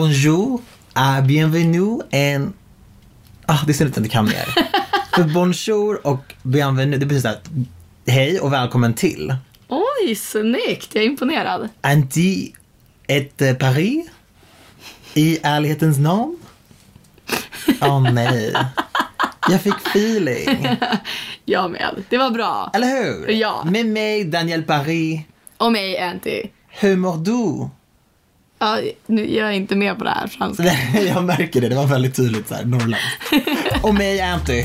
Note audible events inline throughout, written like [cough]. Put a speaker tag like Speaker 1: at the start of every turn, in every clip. Speaker 1: bonjour, ah, bienvenue and... Ah, det är synd att jag inte kan mer. För bonjour och bienvenue, det betyder att hej och välkommen till.
Speaker 2: Oj, snyggt! Jag är imponerad.
Speaker 1: Anti ett eh, Paris? I ärlighetens namn? Åh nej. Jag fick feeling.
Speaker 2: Jag med. Det var bra.
Speaker 1: Eller hur?
Speaker 2: Ja.
Speaker 1: Med mig, Daniel Paris.
Speaker 2: Och mig, Anty.
Speaker 1: Hur mår du? [laughs]
Speaker 2: Ja, nu är jag inte med på det här franska.
Speaker 1: Jag märker det, det var väldigt tydligt såhär, norrländskt. Och mig, Anty.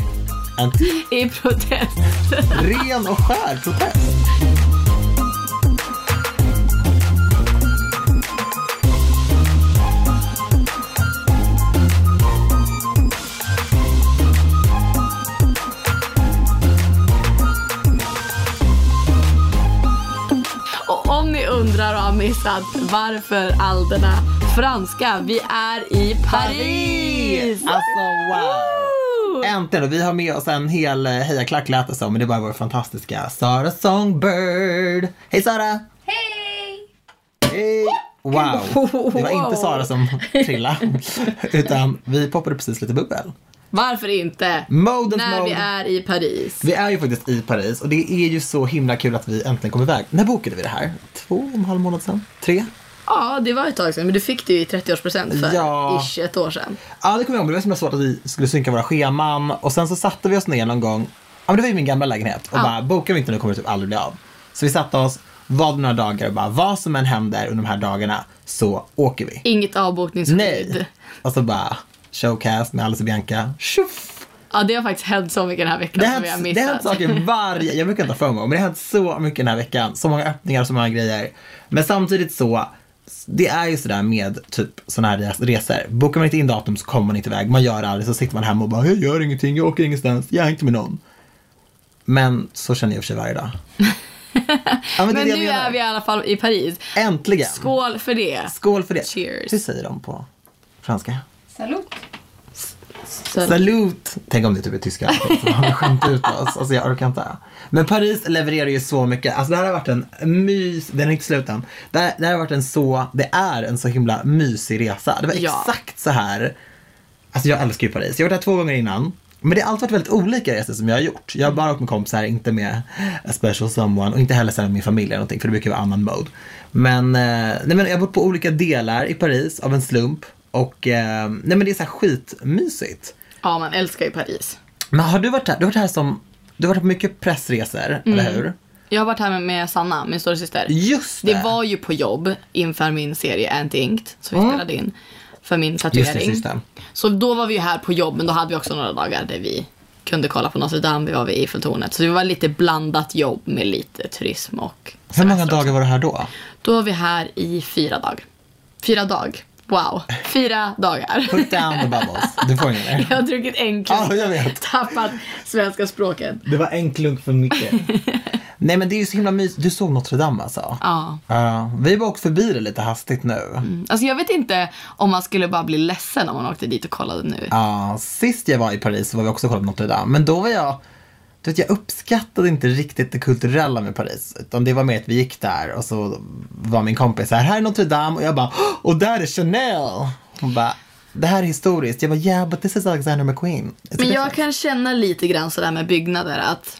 Speaker 1: Anty.
Speaker 2: I protest.
Speaker 1: Ren och skär protest.
Speaker 2: Och om ni undrar och har missat varför all denna franska, vi är i Paris!
Speaker 1: Alltså wow!
Speaker 2: Woo!
Speaker 1: Äntligen, och vi har med oss en hel eh, hejaklack lät det som, men det var vår fantastiska Sara Songbird. Hej Sara! Hej! Hej! Wow! Det var inte Sara som
Speaker 2: [laughs]
Speaker 1: trillade, utan vi poppade precis lite bubbel.
Speaker 2: Varför inte?
Speaker 1: Modens
Speaker 2: När vi
Speaker 1: mode.
Speaker 2: är i Paris.
Speaker 1: Vi är ju faktiskt i Paris och det är ju så himla kul att vi äntligen kom iväg. När bokade vi det här? Två och en halv månad sedan? Tre?
Speaker 2: Ja, det var ett tag sedan, men du fick det ju i 30-årspresent för
Speaker 1: Ja.
Speaker 2: ish ett år sedan.
Speaker 1: Ja, det kommer jag ihåg. men Det var så himla svårt att vi skulle synka våra scheman och sen så satte vi oss ner någon gång. Ja, men det var ju min gamla lägenhet och
Speaker 2: Ja.
Speaker 1: bara, bokar vi inte nu kommer det typ aldrig bli av. Så vi satte oss, var några dagar och bara, vad som än händer under de här dagarna så åker vi.
Speaker 2: Inget avbokningsskydd.
Speaker 1: Nej! Och så bara, showcast med Alice och Bianca. Tjoff!
Speaker 2: Ja, det har faktiskt hänt så mycket den här veckan
Speaker 1: Det
Speaker 2: som vi har
Speaker 1: har hänt-
Speaker 2: missat.
Speaker 1: det har hänt saker varje, jag brukar inte ha FOMO, men det har hänt så mycket den här veckan. Så många öppningar, så många grejer. Men samtidigt så, det är ju sådär med typ sådana här res- resor. Bokar man inte in datum så kommer man inte iväg. Man gör aldrig, så sitter man hemma och bara, jag gör ingenting, jag åker ingenstans, jag är inte med någon. Men så känner jag i och för sig varje
Speaker 2: [laughs]
Speaker 1: dag. Ja, det
Speaker 2: Men
Speaker 1: det jag
Speaker 2: nu
Speaker 1: menar.
Speaker 2: är vi i alla fall i Paris.
Speaker 1: Äntligen!
Speaker 2: Skål för det!
Speaker 1: Skål för det.
Speaker 2: Cheers.
Speaker 1: Hur säger de på franska?
Speaker 3: Salut!
Speaker 2: Så,
Speaker 1: Salut! Tänk om det typ är tyska. så har vi skämt ut oss. Alltså jag orkar inte. Men Paris levererar ju så mycket. Alltså det här har varit en mys, den är inte slut än. Det här, det här har varit en så, det är en så himla mysig resa. Det var
Speaker 2: Ja.
Speaker 1: exakt så här. Alltså jag älskar ju Paris. Jag har varit där två gånger innan. Men det har alltid varit väldigt olika resor som jag har gjort. Jag har bara åkt med kompisar, inte med a special someone och inte heller sen med min familj eller någonting för det brukar vara annan mode. Men, eh, nej men jag har bott på olika delar i Paris av en slump och eh, nej men det är så här skitmysigt.
Speaker 2: ja, man älskar ju Paris.
Speaker 1: Men har du varit här, du har varit här som, du har varit på mycket pressresor, eller hur?
Speaker 2: Jag har varit här med, med Sanna, min stora syster.
Speaker 1: Just det!
Speaker 2: Det var ju på jobb inför min serie Anti Inkt som vi spelade in för min
Speaker 1: Mm. Just det,
Speaker 2: tatuering.
Speaker 1: just det.
Speaker 2: Så då var vi ju här på jobb men då hade vi också några dagar där vi kunde kolla på Notre-Dame, vi var vid Eiffeltornet. Så det var lite blandat jobb med lite turism och
Speaker 1: Hur många
Speaker 2: semester också.
Speaker 1: dagar var du här då?
Speaker 2: Då var vi här i fyra dagar. Fyra dag. Wow. Fyra dagar.
Speaker 1: Put down the bubbles. [laughs] Du får ingen mer.
Speaker 2: [laughs] Jag har druckit en klunk.
Speaker 1: Ja, jag vet.
Speaker 2: Tappat svenska språket.
Speaker 1: Det var en klunk för mycket. Nej men det är ju så himla mysigt. Du såg Notre Dame alltså?
Speaker 2: Ja.
Speaker 1: Ja, vi har åkt förbi det lite hastigt nu.
Speaker 2: Mm. Alltså jag vet inte om man skulle bara bli ledsen om man åkte dit och kollade nu.
Speaker 1: Ja, sist jag var i Paris så var vi också och kollade på Notre Dame. Men då var jag, du vet jag uppskattade inte riktigt det kulturella med Paris. Utan det var mer att vi gick där och så var min kompis så här, här är Notre Dame och jag bara, "Åh, och där är Chanel. Hon bara, det här är historiskt. Jag bara, yeah but this is Alexander McQueen. It's
Speaker 2: Men jag
Speaker 1: different."
Speaker 2: kan känna lite grann sådär med byggnader att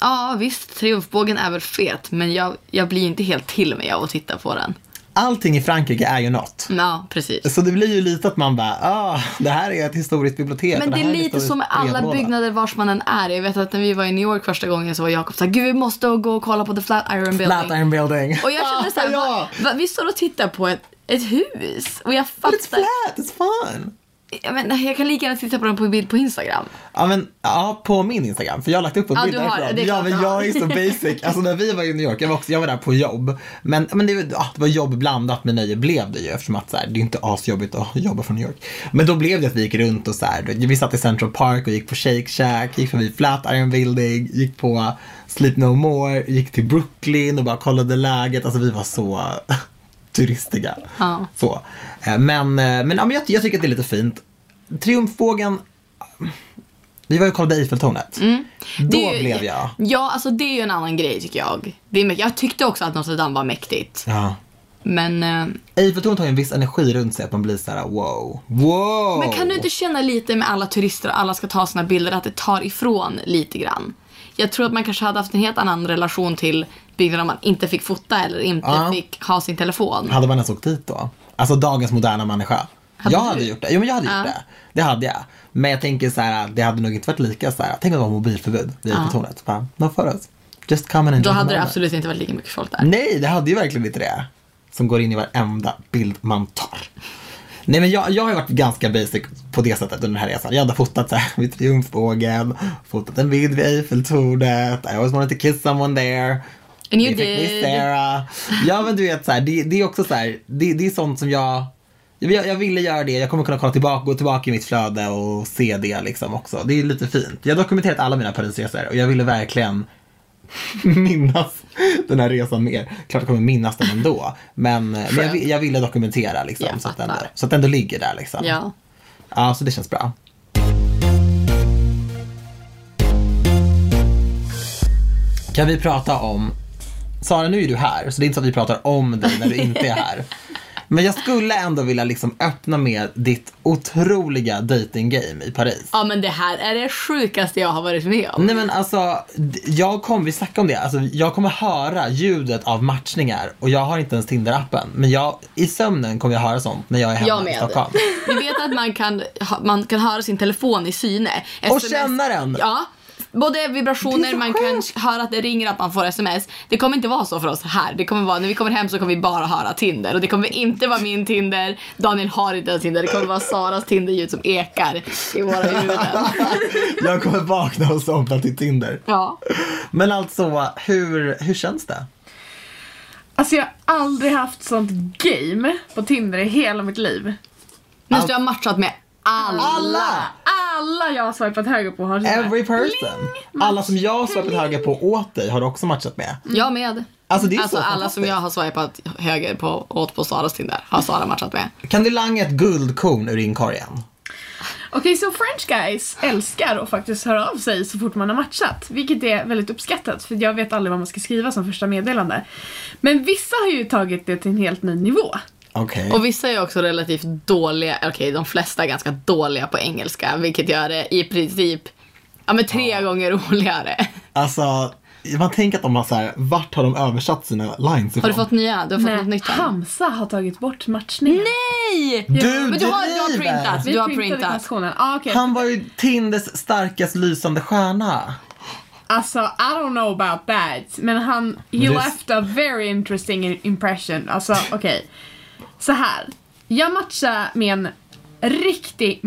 Speaker 2: ja visst, triumfbågen är väl fet men jag, jag blir inte helt till mig av att titta på den.
Speaker 1: Allting i Frankrike är ju något.
Speaker 2: Ja, precis.
Speaker 1: Så det blir ju lite att man bara, ah, det här är ett historiskt bibliotek.
Speaker 2: Men
Speaker 1: och
Speaker 2: det
Speaker 1: här
Speaker 2: är lite
Speaker 1: historiskt
Speaker 2: som med alla
Speaker 1: brevlåda.
Speaker 2: byggnader vars man än är. Jag vet att när vi var i New York första gången så var Jakob såhär, gud vi måste gå och kolla på The Flatiron Building.
Speaker 1: Flatiron Building.
Speaker 2: Och jag kände såhär,
Speaker 1: Ah, [laughs] ja.
Speaker 2: va, va, vi står och tittar på ett, ett hus och jag
Speaker 1: But it's
Speaker 2: fattar.
Speaker 1: flat, it's fun.
Speaker 2: Jag, menar, jag kan lika gärna titta på den på en bild på Instagram.
Speaker 1: Ja, men, ja, på min Instagram, för jag har lagt upp en
Speaker 2: Ja,
Speaker 1: bild
Speaker 2: du har det.
Speaker 1: därifrån.
Speaker 2: Det är
Speaker 1: ja,
Speaker 2: klart
Speaker 1: men
Speaker 2: du har.
Speaker 1: jag
Speaker 2: [laughs]
Speaker 1: är så basic. Alltså när vi var i New York, jag var, också, jag var där på jobb. Men, men det, var- ja, det var jobb blandat med nöje blev det ju eftersom att så här, det är inte asjobbigt att jobba från New York. Men då blev det att vi gick runt och så här, du vet, vi satt i Central Park och gick på Shake Shack, gick förbi Flatiron Building, gick på Sleep No More, gick till Brooklyn och bara kollade läget. Alltså vi var så [laughs] turistiga.
Speaker 2: Ja.
Speaker 1: Så. Eh, Men, eh, men, ja, men jag, jag tycker att det är lite fint. Triumfbågen, vi var ju och kollade Eiffeltornet. Då
Speaker 2: Mm. Det är ju-
Speaker 1: blev jag.
Speaker 2: Ja, alltså det är ju en annan grej tycker jag. Det är mäkt- jag tyckte också att Notre Dame var mäktigt.
Speaker 1: Ja.
Speaker 2: Men, eh,
Speaker 1: Eiffeltornet har ju en viss energi runt sig att man blir så här: wow. Wow!
Speaker 2: men kan du inte känna lite med alla turister och alla ska ta sina bilder att det tar ifrån lite grann? Jag tror att man kanske hade haft en helt annan relation till bilder om man inte fick fota eller inte
Speaker 1: Ja.
Speaker 2: fick ha sin telefon.
Speaker 1: Hade man ens åkt dit då? Alltså dagens moderna människa.
Speaker 2: Hade
Speaker 1: jag
Speaker 2: du?
Speaker 1: hade gjort det. Jo, men jag hade
Speaker 2: Ja.
Speaker 1: gjort det. Det hade jag. Men jag tänker så här, det hade nog inte varit lika så här. Tänk om det var mobilförbud vid Eiffeltornet. Bara, No for us. Just come and
Speaker 2: Då
Speaker 1: enjoy the
Speaker 2: hade det
Speaker 1: moment.
Speaker 2: absolut inte varit lika mycket folk där.
Speaker 1: Nej, det hade ju verkligen inte det. Som går in i varenda bild man tar. Nej men jag, jag har ju varit ganska basic på det sättet under den här resan. Jag hade fotat så här [laughs] vid Triumfbågen, fotat en bild vid Eiffeltornet, I always wanted to kiss someone there.
Speaker 2: And you
Speaker 1: Det fick
Speaker 2: did.
Speaker 1: me Sarah. Ja men du vet så här, det, det är också så här, det, det är sånt som jag, jag, jag ville göra det, jag kommer kunna kolla tillbaka, gå tillbaka i mitt flöde och se det liksom också. Det är lite fint. Jag har dokumenterat alla mina Parisresor och jag ville verkligen [laughs] minnas den här resan mer. Klart jag kommer minnas den ändå. Men, men jag, vi- jag ville dokumentera liksom.
Speaker 2: Jag
Speaker 1: så, att den,
Speaker 2: fattar.
Speaker 1: så att den ändå ligger där liksom.
Speaker 2: Ja.
Speaker 1: ja, så det känns bra. Kan vi prata om, Sara nu är du här, så det är inte så att vi pratar om dig när du inte är här. Men jag skulle ändå vilja liksom öppna med ditt otroliga dating game i Paris.
Speaker 2: ja, men det här är det sjukaste jag har varit med om.
Speaker 1: Nej men alltså, d- jag kommer, vi snackade om det, alltså, jag kommer höra ljudet av matchningar och jag har inte ens Tinder-appen. Men jag, i sömnen kommer jag höra sånt när jag är hemma
Speaker 2: Jag
Speaker 1: i
Speaker 2: med. [laughs]
Speaker 1: Stockholm.
Speaker 2: Ni vet att man kan, ha- man kan höra sin telefon i syne.
Speaker 1: Och känna den!
Speaker 2: Ja. Både
Speaker 1: Det är
Speaker 2: vibrationer,
Speaker 1: så
Speaker 2: man kan höra att det ringer, att man får sms. Det kommer inte vara så för oss här. Det kommer vara, när vi kommer hem så kommer vi bara höra Tinder. Och det kommer inte vara min Tinder, Daniel har inte ens Tinder. Det kommer vara Saras Tinder-ljud som ekar i
Speaker 1: [laughs]
Speaker 2: våra huvuden.
Speaker 1: Jag kommer vakna och somna till Tinder.
Speaker 2: Ja.
Speaker 1: Men alltså, hur, hur känns det?
Speaker 3: Alltså jag har aldrig haft sånt game på Tinder i hela mitt liv.
Speaker 2: Men du har matchat med alla.
Speaker 1: Alla!
Speaker 3: Alla jag har swipat höger på har sådär.
Speaker 1: Every person! Alla som jag har swipat höger på åt dig har du också matchat med.
Speaker 2: Jag med.
Speaker 1: Alltså, det är
Speaker 2: alltså
Speaker 1: så
Speaker 2: alla
Speaker 1: fantastiskt.
Speaker 2: som jag har swipat höger på, åt på Saras Tinder har Sara matchat med.
Speaker 1: Kan du langa ett guldkorn ur inkorgen?
Speaker 3: Okej, så French guys älskar att faktiskt höra av sig så fort man har matchat. Vilket är väldigt uppskattat, för jag vet aldrig vad man ska skriva som första meddelande. Men vissa har ju tagit det till en helt ny nivå.
Speaker 1: Okej.
Speaker 2: Och vissa är också relativt dåliga, okej de flesta är ganska dåliga på engelska vilket gör det i princip ja, men tre gånger [laughs] roligare.
Speaker 1: Alltså, man tänker att de har så här, vart har de översatt sina lines ifrån?
Speaker 2: Har du fått nya? Du har fått något
Speaker 3: Nej,
Speaker 2: nytt här.
Speaker 3: Hamza har tagit bort matchningen. Nej,
Speaker 2: Nej!
Speaker 1: Du
Speaker 2: men du har, du har
Speaker 1: driver!
Speaker 2: printat,
Speaker 3: Vi
Speaker 2: du har
Speaker 3: printade
Speaker 2: printat.
Speaker 3: konversationen. Ah, okej.
Speaker 1: Han var ju Tinders starkast lysande stjärna.
Speaker 3: Alltså, I don't know about that. Men han, he
Speaker 1: det-
Speaker 3: left a very interesting impression. Alltså, okej. Så här. Jag matchade med en riktig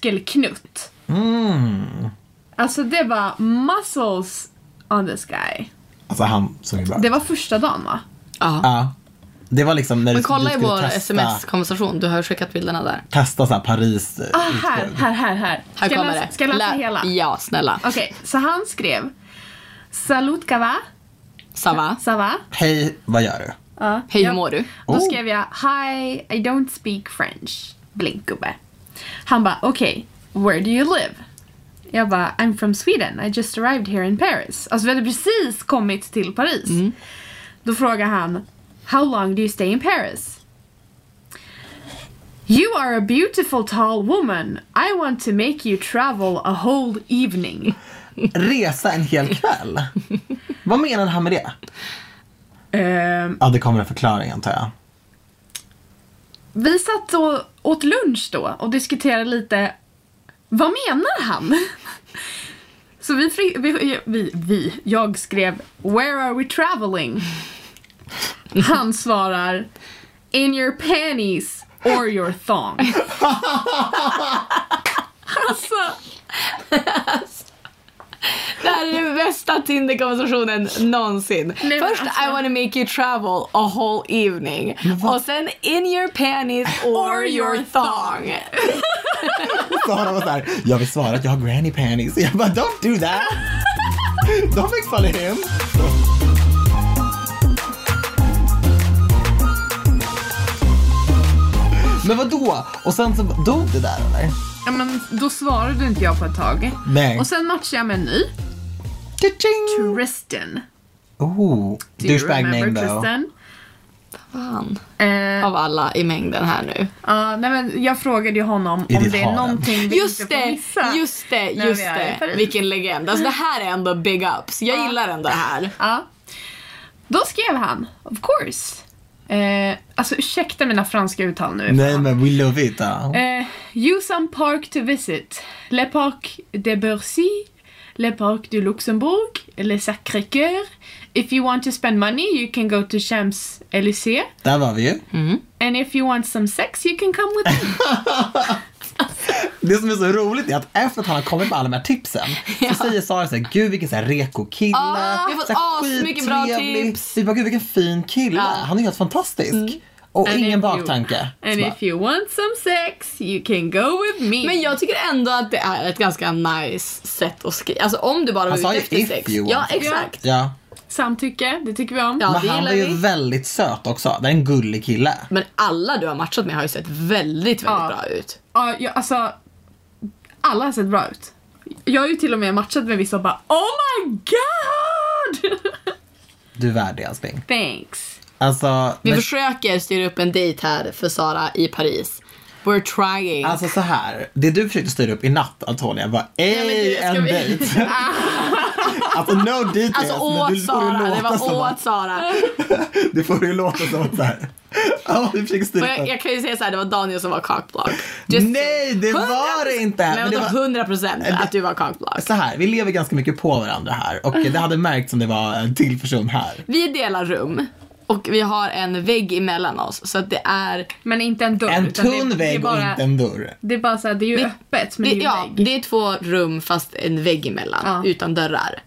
Speaker 3: muskelknutt.
Speaker 1: Mm.
Speaker 3: Alltså det var muscles on this guy.
Speaker 1: Alltså han såg ju bra ut.
Speaker 3: Det var första dagen va?
Speaker 2: Ja.
Speaker 1: Ja. Det var liksom när
Speaker 2: Men
Speaker 1: du-
Speaker 2: kolla
Speaker 1: du
Speaker 2: i
Speaker 1: skulle
Speaker 2: vår
Speaker 1: testa,
Speaker 2: sms-konversation, du har ju skickat bilderna där.
Speaker 1: Testa så här Paris eh,
Speaker 3: Ah, här,
Speaker 1: utbud.
Speaker 3: här, här, här.
Speaker 2: Här
Speaker 3: jag
Speaker 2: kommer
Speaker 3: läsa,
Speaker 2: det.
Speaker 3: Ska jag läsa
Speaker 2: Lä-
Speaker 3: hela?
Speaker 2: Ja, snälla.
Speaker 3: Okej, så han skrev. Salut kava,
Speaker 2: Ça va?
Speaker 3: sava.
Speaker 1: Hej, vad gör du?
Speaker 3: Ja.
Speaker 2: Hej, hur
Speaker 3: Ja.
Speaker 2: mår du?
Speaker 3: Då
Speaker 1: Oh.
Speaker 3: skrev jag Hi, I don't speak French. Blinkgubbe. Han bara okej, where do you live? Jag bara I'm from Sweden, I just arrived here in Paris. Alltså vi hade precis kommit till Paris. Då frågar han How long do you stay in Paris? You are a beautiful tall woman. I want to make you travel a whole evening.
Speaker 1: Resa en hel kväll? vad menar han med det?
Speaker 3: Ehm,
Speaker 1: Ja, det kommer en förklaring antar jag.
Speaker 3: vi satt och åt lunch då och diskuterade lite vad menar han? Så vi, fri- vi, vi, vi, jag skrev “Where are we traveling?” Han svarar “In your panties or your thong”. alltså,
Speaker 2: Det här är den bästa Tinder-konversationen någonsin.
Speaker 3: men
Speaker 2: Först
Speaker 3: alltså-
Speaker 2: I wanna make you travel a whole evening. Och sen in your panties or, your
Speaker 3: Or your
Speaker 2: thong.
Speaker 1: Sara var såhär, jag vill svara att jag har granny panties. Jag bara, don't do that! don't make fun of him. Men vad då? Och sen så dog det där eller?
Speaker 3: ja, men då svarade inte jag på ett tag.
Speaker 1: Nej.
Speaker 3: Och sen matchade jag med en ny,
Speaker 1: Cha-ching!
Speaker 3: Kristen.
Speaker 1: Oh,
Speaker 3: Do you
Speaker 1: douchebag name
Speaker 3: remember
Speaker 1: though.
Speaker 3: Kristen?
Speaker 2: Fan. [laughs]
Speaker 3: Eh,
Speaker 2: Av alla i mängden här nu.
Speaker 3: ja, nej, men jag frågade ju honom
Speaker 1: I
Speaker 3: om
Speaker 1: ditt
Speaker 3: det är
Speaker 1: harem.
Speaker 3: någonting vi
Speaker 2: Just
Speaker 3: inte får
Speaker 2: det,
Speaker 3: missa.
Speaker 2: just det,
Speaker 3: när vi
Speaker 2: just
Speaker 3: är i
Speaker 2: det.
Speaker 3: Paris.
Speaker 2: Vilken legend. Alltså det här är ändå big ups. Jag
Speaker 3: Ja.
Speaker 2: gillar ändå det här.
Speaker 3: Ja. Då skrev han, of course. Eh, alltså ursäkta mina franska uttal nu.
Speaker 1: Nej men we love it. ja.
Speaker 3: Eh, you some park to visit. Le Parc de Bercy, Le Parc du Luxembourg, Le Sacré-Cœur. If you want to spend money you can go to Champs-Élysées.
Speaker 1: Där var vi ju.
Speaker 3: And if you want some sex you can come
Speaker 1: [laughs]
Speaker 3: with me.
Speaker 1: Det som är så roligt är att efter att han har kommit med alla de här tipsen
Speaker 2: Ja.
Speaker 1: så säger Sara såhär, gud vilken så här reko kille.
Speaker 2: Ah, vi har fått
Speaker 1: Så här
Speaker 2: asmycket bra
Speaker 1: skittrevlig."
Speaker 2: tips.
Speaker 1: Vi bara, gud vilken fin kille.
Speaker 2: Ja. Mm.
Speaker 1: Han är helt fantastisk. Och
Speaker 3: And
Speaker 1: ingen
Speaker 3: if you-
Speaker 1: baktanke. Så
Speaker 3: And
Speaker 1: bara,
Speaker 3: if you want some sex you can go with me.
Speaker 2: Men jag tycker ändå att det är ett ganska nice sätt att skriva. Alltså om du bara var
Speaker 1: Han sa
Speaker 2: ute
Speaker 1: ju
Speaker 2: efter
Speaker 1: if
Speaker 2: sex.
Speaker 1: you
Speaker 2: Ja,
Speaker 1: want.
Speaker 2: exakt.
Speaker 1: Ja.
Speaker 3: Samtycke, det tycker vi om.
Speaker 2: Ja, det
Speaker 1: Men han
Speaker 2: gillar
Speaker 1: var ju
Speaker 2: vi.
Speaker 1: väldigt söt också. Det är en gullig kille.
Speaker 2: Men alla du har matchat med har ju sett väldigt, väldigt
Speaker 3: Ja.
Speaker 2: bra ut.
Speaker 3: Ja, jag, alltså, alla har sett bra ut. Jag har ju till och med matchat med vissa och bara Oh my god! [laughs]
Speaker 1: Du är värd det älskling.
Speaker 3: Thanks.
Speaker 1: Alltså,
Speaker 2: Vi
Speaker 1: men-
Speaker 2: försöker styra upp en dejt här för Sara i Paris. We're trying.
Speaker 1: alltså så här. Det du försökte styra upp i natt Antonia var
Speaker 2: men det
Speaker 1: ej
Speaker 2: ska
Speaker 1: en
Speaker 2: vi- Ah.
Speaker 1: dejt.
Speaker 2: [laughs]
Speaker 1: alltså no details.
Speaker 2: Alltså
Speaker 1: men
Speaker 2: åt
Speaker 1: du får ju
Speaker 2: Sara, det
Speaker 1: låta
Speaker 2: var
Speaker 1: som att-
Speaker 2: åt Sara.
Speaker 1: [laughs] Det får ju låta som att så här. Ja, vi försöker
Speaker 2: Och
Speaker 1: styra
Speaker 2: jag,
Speaker 1: upp.
Speaker 2: jag kan ju säga såhär, det var Daniel som
Speaker 1: [laughs]
Speaker 2: var cockblock.
Speaker 1: Nej, det var det inte.
Speaker 2: Men,
Speaker 1: Men det
Speaker 2: vadå
Speaker 1: var-
Speaker 2: 100% att du var cockblock.
Speaker 1: Så här, vi lever ganska mycket på varandra här och det hade märkts om det var en till person här.
Speaker 2: Vi delar rum och vi har en vägg emellan oss så att det är,
Speaker 3: Men inte en dörr.
Speaker 1: En
Speaker 3: utan det-
Speaker 1: tunn
Speaker 3: det är
Speaker 1: vägg och
Speaker 3: bara-
Speaker 1: inte en dörr.
Speaker 3: Det är bara såhär, det är ju
Speaker 2: Det-
Speaker 3: öppet men
Speaker 2: det,
Speaker 3: det, är ju
Speaker 2: ja,
Speaker 3: en vägg.
Speaker 2: det är två rum fast en vägg emellan
Speaker 3: Ja.
Speaker 2: utan dörrar.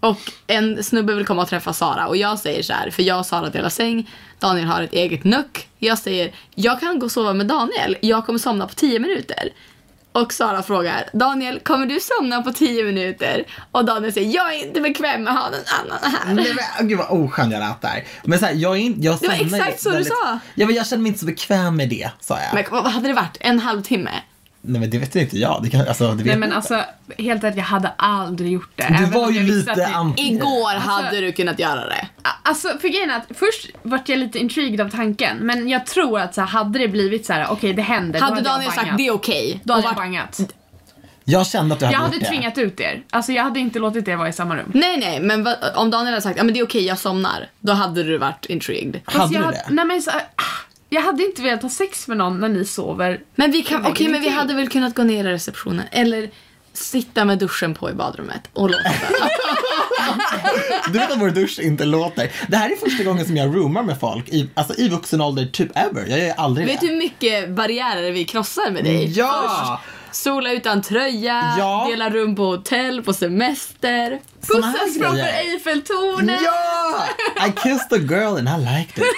Speaker 2: Och en snubbe vill komma och träffa Sara och jag säger så här, för jag och Sara delar säng, Daniel har ett eget nuck. Jag säger, jag kan gå och sova med Daniel, jag kommer somna på 10 minuter. Och Sara frågar, Daniel kommer du somna på 10 minuter? Och Daniel säger, jag är inte bekväm med att ha någon annan här.
Speaker 1: Nej, men, gud vad oskön jag lät där. Men så här, jag är inte, jag
Speaker 2: Det var
Speaker 1: somnar ju
Speaker 2: exakt så du sa.
Speaker 1: Ja, men jag känner mig inte så bekväm med det, sa jag.
Speaker 2: Men vad hade det varit? En halvtimme?
Speaker 1: Nej men det vet inte jag. Det kan, alltså, det vet
Speaker 3: Nej men
Speaker 1: jag
Speaker 3: alltså, helt ärligt jag hade aldrig gjort det.
Speaker 1: inte.
Speaker 3: även
Speaker 1: Du var
Speaker 3: om
Speaker 1: ju
Speaker 3: jag visste
Speaker 1: lite
Speaker 3: att det-
Speaker 1: anti.
Speaker 2: Igår hade du kunnat göra det.
Speaker 3: Alltså för grejen är att först vart jag lite intrigued av tanken men jag tror att så här, hade det blivit så här: okej det händer. då
Speaker 2: Hade
Speaker 3: jag
Speaker 2: Daniel sagt
Speaker 3: bangat.
Speaker 2: det är okej.
Speaker 3: Då hade
Speaker 2: och
Speaker 3: jag
Speaker 2: varit-
Speaker 3: bangat.
Speaker 1: Jag kände att du hade
Speaker 3: Jag hade
Speaker 1: gjort
Speaker 3: tvingat ut er. Alltså jag hade inte låtit er vara i samma rum.
Speaker 2: Nej nej, men vad- om Daniel hade sagt ja men det är okej jag somnar. Då hade du varit intrigued.
Speaker 1: det. Hade
Speaker 3: jag
Speaker 1: du
Speaker 3: hade-
Speaker 1: det?
Speaker 3: Nej men så, ah, jag hade inte velat ha sex med någon när ni sover.
Speaker 2: Men vi kan, okej
Speaker 3: Nej,
Speaker 2: men vi
Speaker 3: ingenting.
Speaker 2: hade väl kunnat gå ner i receptionen eller sitta med duschen på i badrummet och låta.
Speaker 1: Du vet att vår dusch inte låter. Det här är första gången som jag roomar med folk i, alltså, i vuxen ålder, typ ever. Jag gör aldrig
Speaker 2: Vet
Speaker 1: det.
Speaker 2: du hur mycket barriärer vi krossar med dig?
Speaker 1: Ja!
Speaker 2: Sola utan tröja,
Speaker 1: Ja.
Speaker 2: dela rum på hotell, på semester.
Speaker 1: Såna här
Speaker 3: Pussas framför
Speaker 1: grejer.
Speaker 3: Eiffeltornet.
Speaker 1: Ja! I kissed a girl and I liked it.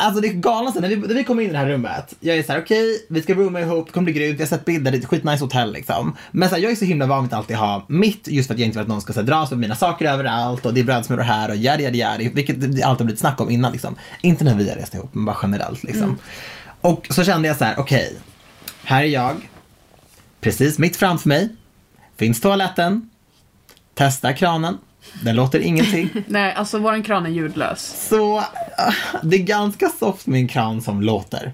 Speaker 1: Alltså det är galna sen när vi, när vi kommer in i det här rummet. Jag är så här: okej, vi ska rooma ihop, det kommer bli grymt, vi har sett bilder, det är ett skitnice hotell liksom. Men så här, jag är så himla van vid att alltid ha mitt, just för att jag inte vill att någon ska så här, dra sig med mina saker överallt och det är brödsmulor här och yadi yadi yadi, vilket det alltid har blivit snack om innan liksom. Inte när vi har rest ihop, men bara generellt liksom. Och så kände jag så här: okej, här är jag, precis mitt framför mig, finns toaletten, testa kranen, den låter ingenting.
Speaker 3: Nej, alltså våran kran är ljudlös.
Speaker 1: Så äh, det är ganska soft med en kran som låter.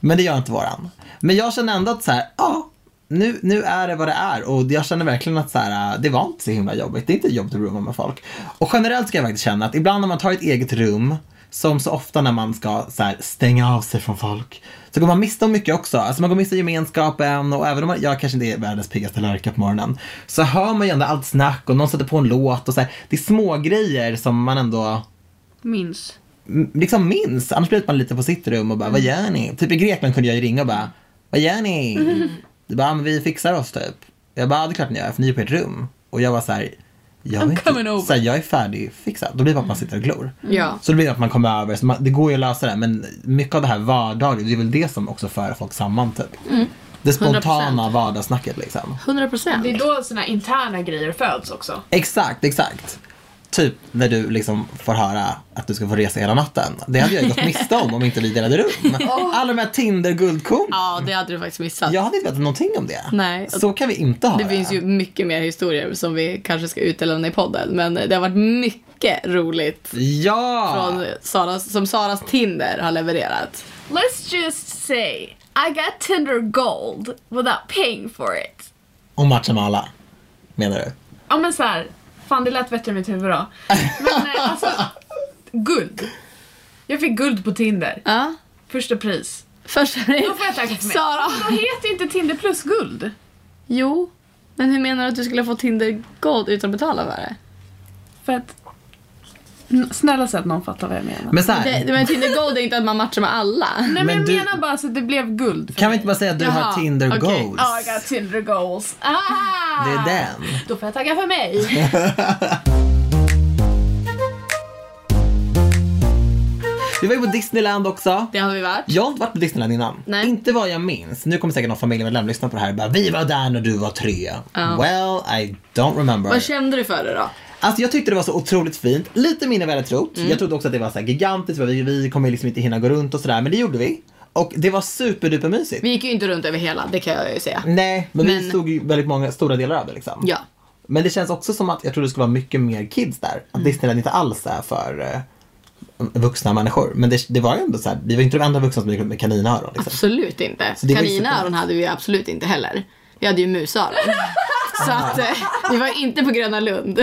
Speaker 1: Men det gör inte våran. Men jag känner ändå att så här, ja, nu, nu är det vad det är. Och jag känner verkligen att så här, äh, det var inte så himla jobbigt. Det är inte jobbigt att rooma med folk. Och generellt ska jag faktiskt känna att ibland när man tar ett eget rum, som så ofta när man ska så här, stänga av sig från folk, så går man miste om mycket också. Alltså man går miste om gemenskapen och även om man, jag kanske inte är världens piggaste lärka på morgonen, så hör man ju ändå allt snack och någon sätter på en låt och så här, det är små grejer som man ändå
Speaker 3: Minns.
Speaker 1: m- liksom minns. Annars blir man lite på sitt rum och bara, vad gör ni? Typ i Grekland kunde jag ju ringa och bara, vad gör ni? Det bara, "Ah, men vi fixar oss typ. Jag bara, "Ja, det är klart ni gör, för ni är på ert rum. Och jag var så här, jag,
Speaker 3: I'm
Speaker 1: är
Speaker 3: coming
Speaker 1: inte,
Speaker 3: over.
Speaker 1: så här, jag är färdigfixad. Då blir det bara att man sitter och glor.
Speaker 2: Ja.
Speaker 1: Så det blir att man kommer över, så man, det går ju att lösa det. Men mycket av det här vardagliga, det är väl det som också för folk samman typ. Det spontana vardagssnacket liksom.
Speaker 2: 100%.
Speaker 3: Det är då såna här interna grejer föds också.
Speaker 1: Exakt, exakt. Typ när du liksom får höra att du ska få resa hela natten. Det hade jag ju gått miste om om inte vi delade rum. Alla de här Tinder-guldkorn.
Speaker 2: Ja, det hade du faktiskt missat.
Speaker 1: Jag hade inte vetat någonting om det.
Speaker 2: Nej.
Speaker 1: Så kan vi inte ha det.
Speaker 2: Det finns ju mycket mer historier som vi kanske ska utelämna i podden. Men det har varit mycket mycket roligt
Speaker 1: Ja!
Speaker 2: från Saras, som Saras Tinder har levererat.
Speaker 4: Let's just say I got Tinder Gold without paying for it.
Speaker 1: Och matcha med alla, menar du?
Speaker 3: Ja men såhär, fan det lät bättre i mitt huvud då. Men
Speaker 1: [laughs]
Speaker 3: eh, alltså, guld. Jag fick guld på Tinder.
Speaker 2: Ja.
Speaker 3: Första pris.
Speaker 2: Första
Speaker 3: Då får jag tacka för mig.
Speaker 2: Sara.
Speaker 3: Då heter inte Tinder plus guld.
Speaker 2: Jo. Men hur menar du att du skulle få Tinder Gold utan att betala för det?
Speaker 3: För att... N- Snälla säg att någon fattar vad jag menar.
Speaker 1: Men så här,
Speaker 2: det men Tinder Gold är inte att man matchar med alla.
Speaker 3: Nej men,
Speaker 1: Men
Speaker 3: jag
Speaker 1: du-
Speaker 3: menar bara så att det blev guld. för Ah,
Speaker 1: kan vi
Speaker 3: mig.
Speaker 1: inte bara säga att du
Speaker 2: Jaha,
Speaker 1: har Tinder
Speaker 2: okej.
Speaker 1: goals?
Speaker 4: Oh, I got Tinder Goals. Ah!
Speaker 1: Det är den.
Speaker 4: Då får jag tacka för
Speaker 1: [laughs]
Speaker 4: mig.
Speaker 1: Vi var ju på Disneyland också.
Speaker 2: Det har vi varit.
Speaker 1: Jag har inte varit på Disneyland innan.
Speaker 2: Nej.
Speaker 1: Inte vad jag minns. Nu kommer säkert någon familjemedlem lyssna på det här och bara vi var där när du var tre. Well, I don't remember.
Speaker 2: Vad kände du för det då?
Speaker 1: Alltså jag tyckte det var så otroligt fint. Lite mindre än vad jag hade trott.
Speaker 2: Mm.
Speaker 1: Jag trodde också att det var så här gigantiskt, vi, vi kommer liksom inte hinna gå runt och sådär. Men det gjorde vi. Och det var superdupermysigt.
Speaker 2: Vi gick ju inte runt över hela, det kan jag ju säga.
Speaker 1: Nej, men, vi
Speaker 2: Men-
Speaker 1: såg ju väldigt många, stora delar av det liksom.
Speaker 2: Ja.
Speaker 1: Men det känns också som att jag tror det skulle vara mycket mer kids där.
Speaker 2: Mm.
Speaker 1: Att Disneyland inte alls är för eh, vuxna människor. Men det, det var ju ändå så här, vi var inte de enda vuxna som gick runt med kaninöron liksom.
Speaker 2: Absolut inte.
Speaker 1: Så det var ju
Speaker 2: Kaninöron hade vi ju absolut inte heller. Vi hade ju musöron. Så att eh, vi var inte på
Speaker 1: [laughs]
Speaker 2: Gröna Lund.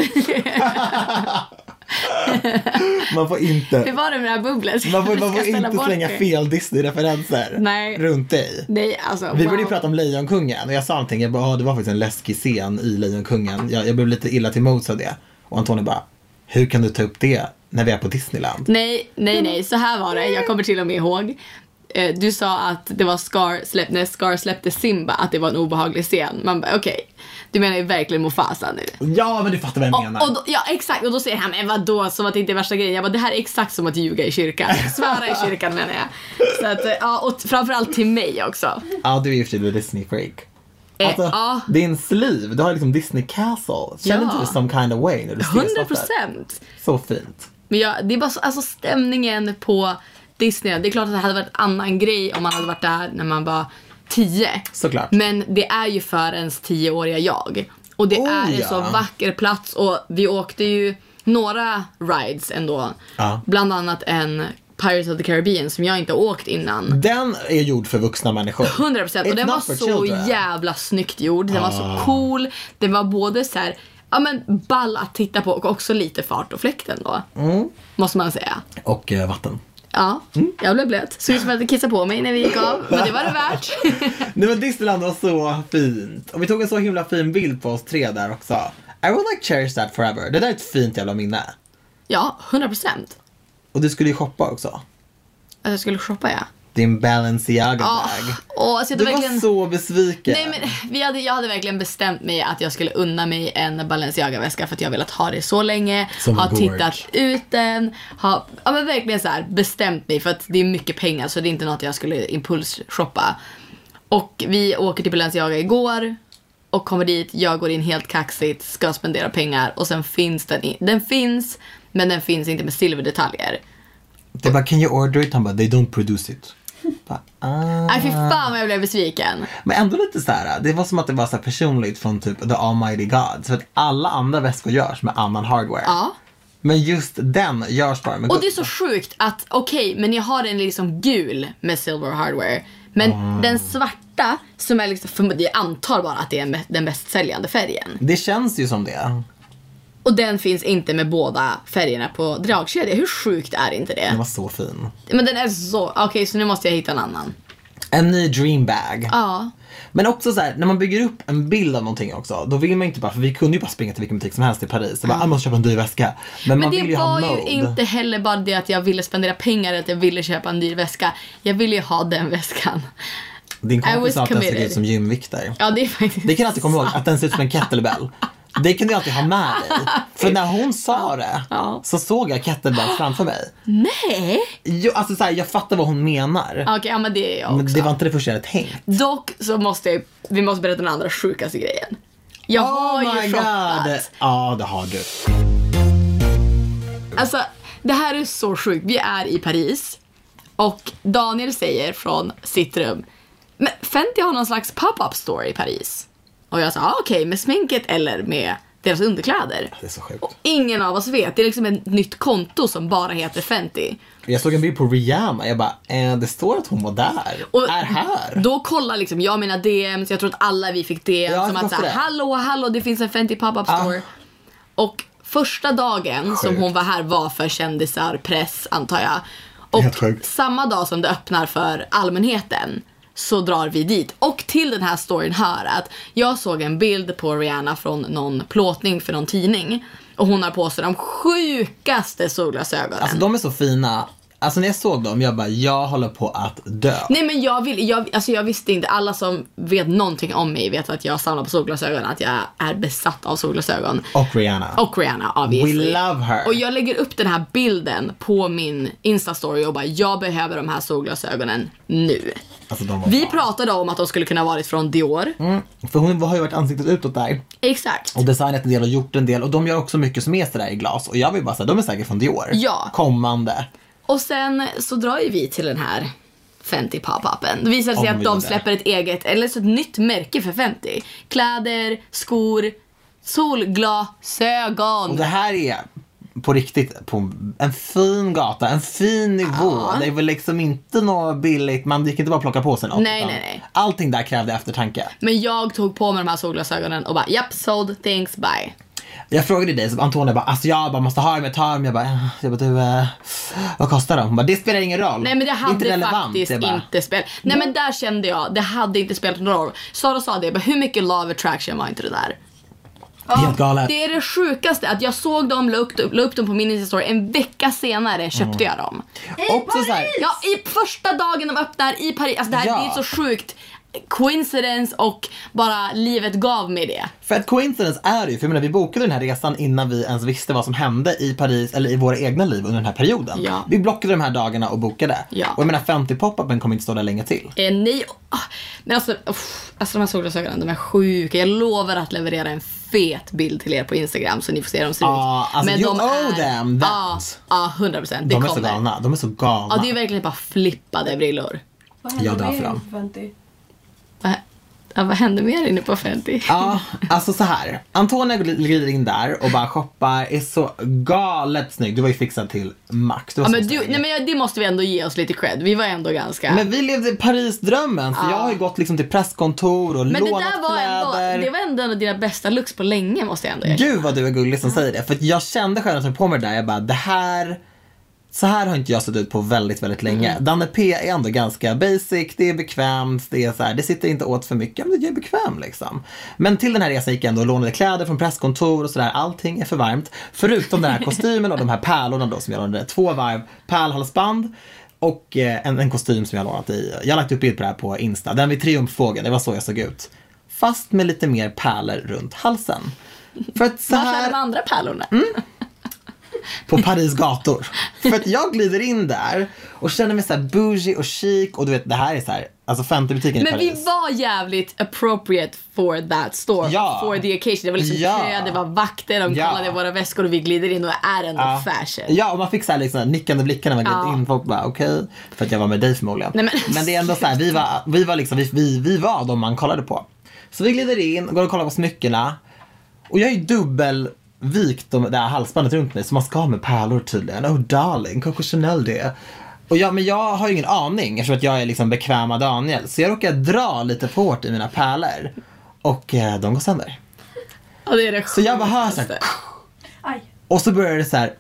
Speaker 1: Man får
Speaker 2: Hur
Speaker 1: inte,
Speaker 2: var [laughs] det med det här bubblet?
Speaker 1: man får,
Speaker 2: Vi
Speaker 1: man
Speaker 2: ska
Speaker 1: får
Speaker 2: ställa
Speaker 1: inte
Speaker 2: bort
Speaker 1: slänga
Speaker 2: det.
Speaker 1: fel Disney-referenser
Speaker 2: Nej.
Speaker 1: runt dig.
Speaker 2: Nej, alltså
Speaker 1: Vi
Speaker 2: wow.
Speaker 1: började ju prata om Lejonkungen och jag sa någonting, jag bara, "Ah, det var faktiskt en läskig scen i Lejonkungen. Jag, jag blev lite illa till mods av det. Och Antonio bara, hur kan du ta upp det när vi är på Disneyland?
Speaker 2: Nej, nej, nej. Så här var det. Jag kommer till och med ihåg. Eh, Du sa att det var Scar, släpp, när Scar släppte Simba, att det var en obehaglig scen. Man bara, okej. Du menar ju verkligen Mufasa nu.
Speaker 1: Ja, men du fattar vad jag menar.
Speaker 2: Och, och då, ja exakt, och då säger han men vadå som att det inte är värsta grejen. Jag bara det här är exakt som att ljuga
Speaker 1: [laughs]
Speaker 2: i kyrkan. Svära i kyrkan menar jag. Så att, eh, ja, och t- framförallt till mig också.
Speaker 1: Ja, du är ju för sig lite Disney-freak.
Speaker 2: Eh,
Speaker 1: Alltså,
Speaker 2: ja.
Speaker 1: din sleeve, du har liksom Disney Castle. Känner
Speaker 2: Ja.
Speaker 1: du some kind of way när du ser
Speaker 2: 100
Speaker 1: sånt där?
Speaker 2: procent.
Speaker 1: Så fint.
Speaker 2: Men jag, det är bara så, alltså stämningen på Disney. Det är klart att det hade varit en annan grej om man hade varit där när man var 10.
Speaker 1: Såklart.
Speaker 2: Men det är ju för ens 10-åriga jag. Och det
Speaker 1: Oh,
Speaker 2: är en
Speaker 1: ja.
Speaker 2: så vacker plats och vi åkte ju några rides ändå.
Speaker 1: Ja.
Speaker 2: Bland annat en Pirates of the Caribbean som jag inte har åkt innan.
Speaker 1: Den är gjord för vuxna människor.
Speaker 2: 100% procent. Och
Speaker 1: It's
Speaker 2: den var
Speaker 1: not for
Speaker 2: så
Speaker 1: children. Ah.
Speaker 2: jävla snyggt gjord. Den var så cool. Den var både så här, ja men ball att titta på och också lite fart och fläkten då.
Speaker 1: Mm.
Speaker 2: Måste man säga.
Speaker 1: Och eh, vatten.
Speaker 2: Ja,
Speaker 1: Mm.
Speaker 2: jag blev blöt. Såg ut som att jag kissade på mig när vi gick av. Men det var det
Speaker 1: [laughs]
Speaker 2: värt.
Speaker 1: Nej men Disneyland var så fint. Och vi tog en så himla fin bild på oss tre där också. I would like cherish that forever. Det där är ett fint jävla minne.
Speaker 2: ja, 100%. procent.
Speaker 1: Och du skulle ju shoppa också.
Speaker 2: Att jag skulle shoppa ja.
Speaker 1: Din
Speaker 2: Ja.
Speaker 1: Balenciaga-bag.
Speaker 2: Åh, alltså jag
Speaker 1: Du
Speaker 2: hade verkligen...
Speaker 1: var så besviken.
Speaker 2: Nej men vi hade, jag hade verkligen bestämt mig att jag skulle unna mig en Balenciaga-väska för att jag har velat ha det så länge.
Speaker 1: Som
Speaker 2: har
Speaker 1: en
Speaker 2: tittat ut den. Har, ja men verkligen så här bestämt mig för att det är mycket pengar så det är inte något jag skulle impulsshoppa. Och vi åker till Balenciaga igår och kommer dit, jag går in helt kaxigt, ska spendera pengar och sen finns den i, Den finns, men den finns inte med silverdetaljer.
Speaker 1: Det bara, can you order it? Han bara, they don't produce it. Bara, ah.
Speaker 2: Nej Äh, fy fan vad jag blev besviken.
Speaker 1: Men ändå lite så här. det var som att det var så här personligt från typ the almighty god. Så att alla andra väskor görs med annan hardware.
Speaker 2: Ja.
Speaker 1: Men just den görs bara med
Speaker 2: Ah. Och
Speaker 1: guld.
Speaker 2: det är så sjukt att okej, men jag har den liksom gul med silver hardware. Men
Speaker 1: Ah.
Speaker 2: den svarta som är liksom, för jag antar bara att det är en- den bäst säljande färgen.
Speaker 1: Det känns ju som det.
Speaker 2: Och den finns inte med båda färgerna på dragkedja. Hur sjukt är inte
Speaker 1: Den
Speaker 2: det?
Speaker 1: var så fin.
Speaker 2: Men den är så, okej så nu måste jag hitta en annan.
Speaker 1: En ny dream bag.
Speaker 2: Ja.
Speaker 1: Men också så här, när man bygger upp en bild av någonting också, då vill man inte bara, för vi kunde ju bara springa till vilken butik som helst i Paris och bara, jag måste köpa en dyr väska. Men, man
Speaker 2: Men
Speaker 1: vill ju
Speaker 2: det
Speaker 1: ha
Speaker 2: var ju
Speaker 1: mode.
Speaker 2: inte heller bara det att jag ville spendera pengar eller att jag ville köpa en dyr väska. Jag ville ju ha den väskan.
Speaker 1: Din
Speaker 2: I
Speaker 1: kompis
Speaker 2: was
Speaker 1: sa att den ser
Speaker 2: committed.
Speaker 1: ut som gymvikter.
Speaker 2: Ja det är faktiskt
Speaker 1: Det kan jag alltid komma ihåg, att den ser ut som en kettlebell. Det kunde jag alltid ha med dig. För när hon sa det
Speaker 2: Ja.
Speaker 1: så såg jag kettlebell framför mig.
Speaker 2: Nej!
Speaker 1: Jo, alltså så här, jag fattar vad hon menar.
Speaker 2: Okej, ja men det är jag också.
Speaker 1: Men det var inte det första jag hade tänkt.
Speaker 2: Dock så måste jag, vi måste berätta den andra sjukaste grejen. Jag
Speaker 1: Oh
Speaker 2: har ju shoppat.
Speaker 1: Ja, det har du.
Speaker 2: Alltså, det här är så sjukt. Vi är i Paris och Daniel säger från sitt rum, men Fenty har någon slags pop-up store i Paris. Och jag sa, ah, okej, med sminket eller med deras underkläder.
Speaker 1: Det är så sjukt.
Speaker 2: Och ingen av oss vet. Det är liksom ett nytt konto som bara heter Fenty.
Speaker 1: Jag såg en bild på Rihanna, jag bara, eh, det står att hon var där,
Speaker 2: Och
Speaker 1: är här.
Speaker 2: Då kollar liksom jag mina DMs, jag tror att alla vi fick DM
Speaker 1: Ja,
Speaker 2: som
Speaker 1: jag tror
Speaker 2: att såhär,
Speaker 1: det. Ah.
Speaker 2: hallå, hallå, det finns en Fenty pop-up store. Och första dagen som
Speaker 1: Sjukt.
Speaker 2: hon var här var för kändisar, press antar jag. Och
Speaker 1: Helt sjukt.
Speaker 2: samma dag som det öppnar för allmänheten så drar vi dit. Och till den här storyn hör att jag såg en bild på Rihanna från någon plåtning för någon tidning. Och hon har på sig de sjukaste solglasögonen.
Speaker 1: Alltså de är så fina. Alltså när jag såg dem, jag bara, jag håller på att dö.
Speaker 2: Nej men jag vill, jag, alltså jag visste inte, alla som vet någonting om mig vet att jag samlar på solglasögon, att jag är besatt av solglasögon.
Speaker 1: Och Rihanna.
Speaker 2: Och Rihanna
Speaker 1: We
Speaker 2: obviously.
Speaker 1: love her.
Speaker 2: Och jag lägger upp den här bilden på min instastory och bara jag behöver de här solglasögonen nu.
Speaker 1: alltså, de var
Speaker 2: Vi
Speaker 1: bra.
Speaker 2: pratade om att de skulle kunna varit från Dior.
Speaker 1: Mm, för hon har ju varit ansiktet utåt där.
Speaker 2: Exakt.
Speaker 1: Och designat en del och gjort en del. Och de gör också mycket som är sådär i glas. Och jag vill bara säga, de är säkert från Dior.
Speaker 2: Ja.
Speaker 1: Kommande.
Speaker 2: Och sen så drar ju vi till den här Fenty pop-upen. Det visar sig
Speaker 1: Om
Speaker 2: att
Speaker 1: vi
Speaker 2: de
Speaker 1: var där.
Speaker 2: släpper ett eget, eller så ett nytt märke för Fenty. Kläder, skor,
Speaker 1: Och
Speaker 2: solglasögon.
Speaker 1: det här är på riktigt på en fin gata, en fin nivå.
Speaker 2: Ja.
Speaker 1: Det är väl liksom inte något billigt, man gick inte bara plocka på sig något.
Speaker 2: Nej,
Speaker 1: utan
Speaker 2: nej, nej.
Speaker 1: Allting där krävde eftertanke.
Speaker 2: Men jag tog på mig de här solglasögonen och bara japp, sold, thanks, bye.
Speaker 1: Jag frågade dig, så Antonija bara, alltså jag bara måste ha dem, jag tar dem. Jag bara, eh. jag bara du, eh, vad kostar de? Hon bara, det spelar ingen roll.
Speaker 2: Nej men det
Speaker 1: inte
Speaker 2: hade
Speaker 1: relevant.
Speaker 2: faktiskt
Speaker 1: Jag bara,
Speaker 2: inte spelat. Nej men där kände jag, det hade inte spelat någon roll. Sara sa det, jag bara, hur mycket love attraction var inte det där?
Speaker 1: Helt galet.
Speaker 2: Det är det sjukaste att jag såg dem, la upp, la upp dem på min Insta-story, en vecka senare köpte jag dem.
Speaker 1: Också såhär,
Speaker 2: Ja, i första dagen de öppnar i Paris. Alltså det här
Speaker 1: Ja.
Speaker 2: det är så sjukt. Coincidence och bara livet gav mig det.
Speaker 1: För att coincidence är det ju, för jag menar, vi bokade den här resan innan vi ens visste vad som hände i Paris eller i våra egna liv under den här perioden.
Speaker 2: Ja.
Speaker 1: Vi blockade de här dagarna och bokade.
Speaker 2: Ja.
Speaker 1: Och jag menar 50 pop-upen kommer inte stå där länge till.
Speaker 2: Eh, nej, ah, men alltså, uff, alltså de här solglasögonen, de är sjuka. Jag lovar att leverera en fet bild till er på Instagram så ni får se hur de ser
Speaker 1: Ja,
Speaker 2: ut.
Speaker 1: alltså, you
Speaker 2: de
Speaker 1: owe them that.
Speaker 2: Ja, ah, 100 procent. Det
Speaker 1: De är så
Speaker 2: kommer.
Speaker 1: galna, de är så galna.
Speaker 2: Ja, det är verkligen bara flippade brillor.
Speaker 5: Vad
Speaker 1: Jag drar
Speaker 5: händer med
Speaker 1: fram.
Speaker 5: er för Fenty?
Speaker 2: Va, ja, vad hände med er inne på Fenty?
Speaker 1: Ja, alltså så här. Antonia glider in där och bara shoppar, är så galet snygg. Du var ju fixad till max. Du var
Speaker 2: Ja,
Speaker 1: alltså, så
Speaker 2: men, du,
Speaker 1: snygg.
Speaker 2: nej, men jag- det måste vi ändå ge oss lite cred. Vi var ändå ganska...
Speaker 1: Men vi levde Parisdrömmen, för
Speaker 2: Ja.
Speaker 1: jag har ju gått liksom till presskontor och
Speaker 2: Men det
Speaker 1: lånat
Speaker 2: där var
Speaker 1: kläder.
Speaker 2: ändå, det var ändå en av dina bästa looks på länge måste jag ändå erkänna.
Speaker 1: Gud vad du är gullig som säger det. För att jag kände själv när jag tog på mig det där, jag bara det här så här har inte jag sett ut på väldigt, väldigt länge. Danne P är ändå ganska basic, det är bekvämt, det är så här, det sitter inte åt för mycket, men det är bekvämt liksom. Men till den här resan gick jag ändå och lånade kläder från presskontor och sådär, allting är för varmt. Förutom den här kostymen och de här pärlorna då som jag lånade, två varv pärlhalsband. Och eh, en, en kostym som jag lånat i. Jag har lagt upp bild på det här på Insta. Den vid triumfvågen, det var så jag såg ut. Fast med lite mer pärlor runt halsen. För att så
Speaker 2: Vart är
Speaker 1: här
Speaker 2: de andra pärlorna?
Speaker 1: på Paris gator. För att jag glider in där och känner mig så här bougie och chic och du vet det här är så här, alltså Fenty-butiken i
Speaker 2: Men vi
Speaker 1: Paris.
Speaker 2: var jävligt appropriate for that store,
Speaker 1: Ja.
Speaker 2: for the occasion. Det var liksom
Speaker 1: Ja.
Speaker 2: kö, det var vakter, de
Speaker 1: Ja.
Speaker 2: kollade våra väskor och vi glider in och är ändå
Speaker 1: Ja.
Speaker 2: fashion.
Speaker 1: Ja, och man fick så här liksom nickande blickar när man gled
Speaker 2: Ja.
Speaker 1: in. Folk bara okej, för att jag var med dig förmodligen.
Speaker 2: Nej, men-
Speaker 1: det är ändå så här, vi var, vi var liksom, vi, vi, vi var de man kollade på. Så vi glider in, går och kollar på smyckena. Och jag är ju dubbelvikt de- det här halsbandet runt mig som man ska ha med pärlor tydligen. Oh darling, Coco Chanel det. Och jag, men jag har ju ingen aning eftersom att jag är liksom bekväma Daniel. Så jag råkar dra lite för hårt i mina pärlor. Och eh, de går sönder.
Speaker 2: Och det är det
Speaker 1: Så jag bara hör så här,
Speaker 2: sjukaste.
Speaker 5: Aj.
Speaker 1: och så började det så här.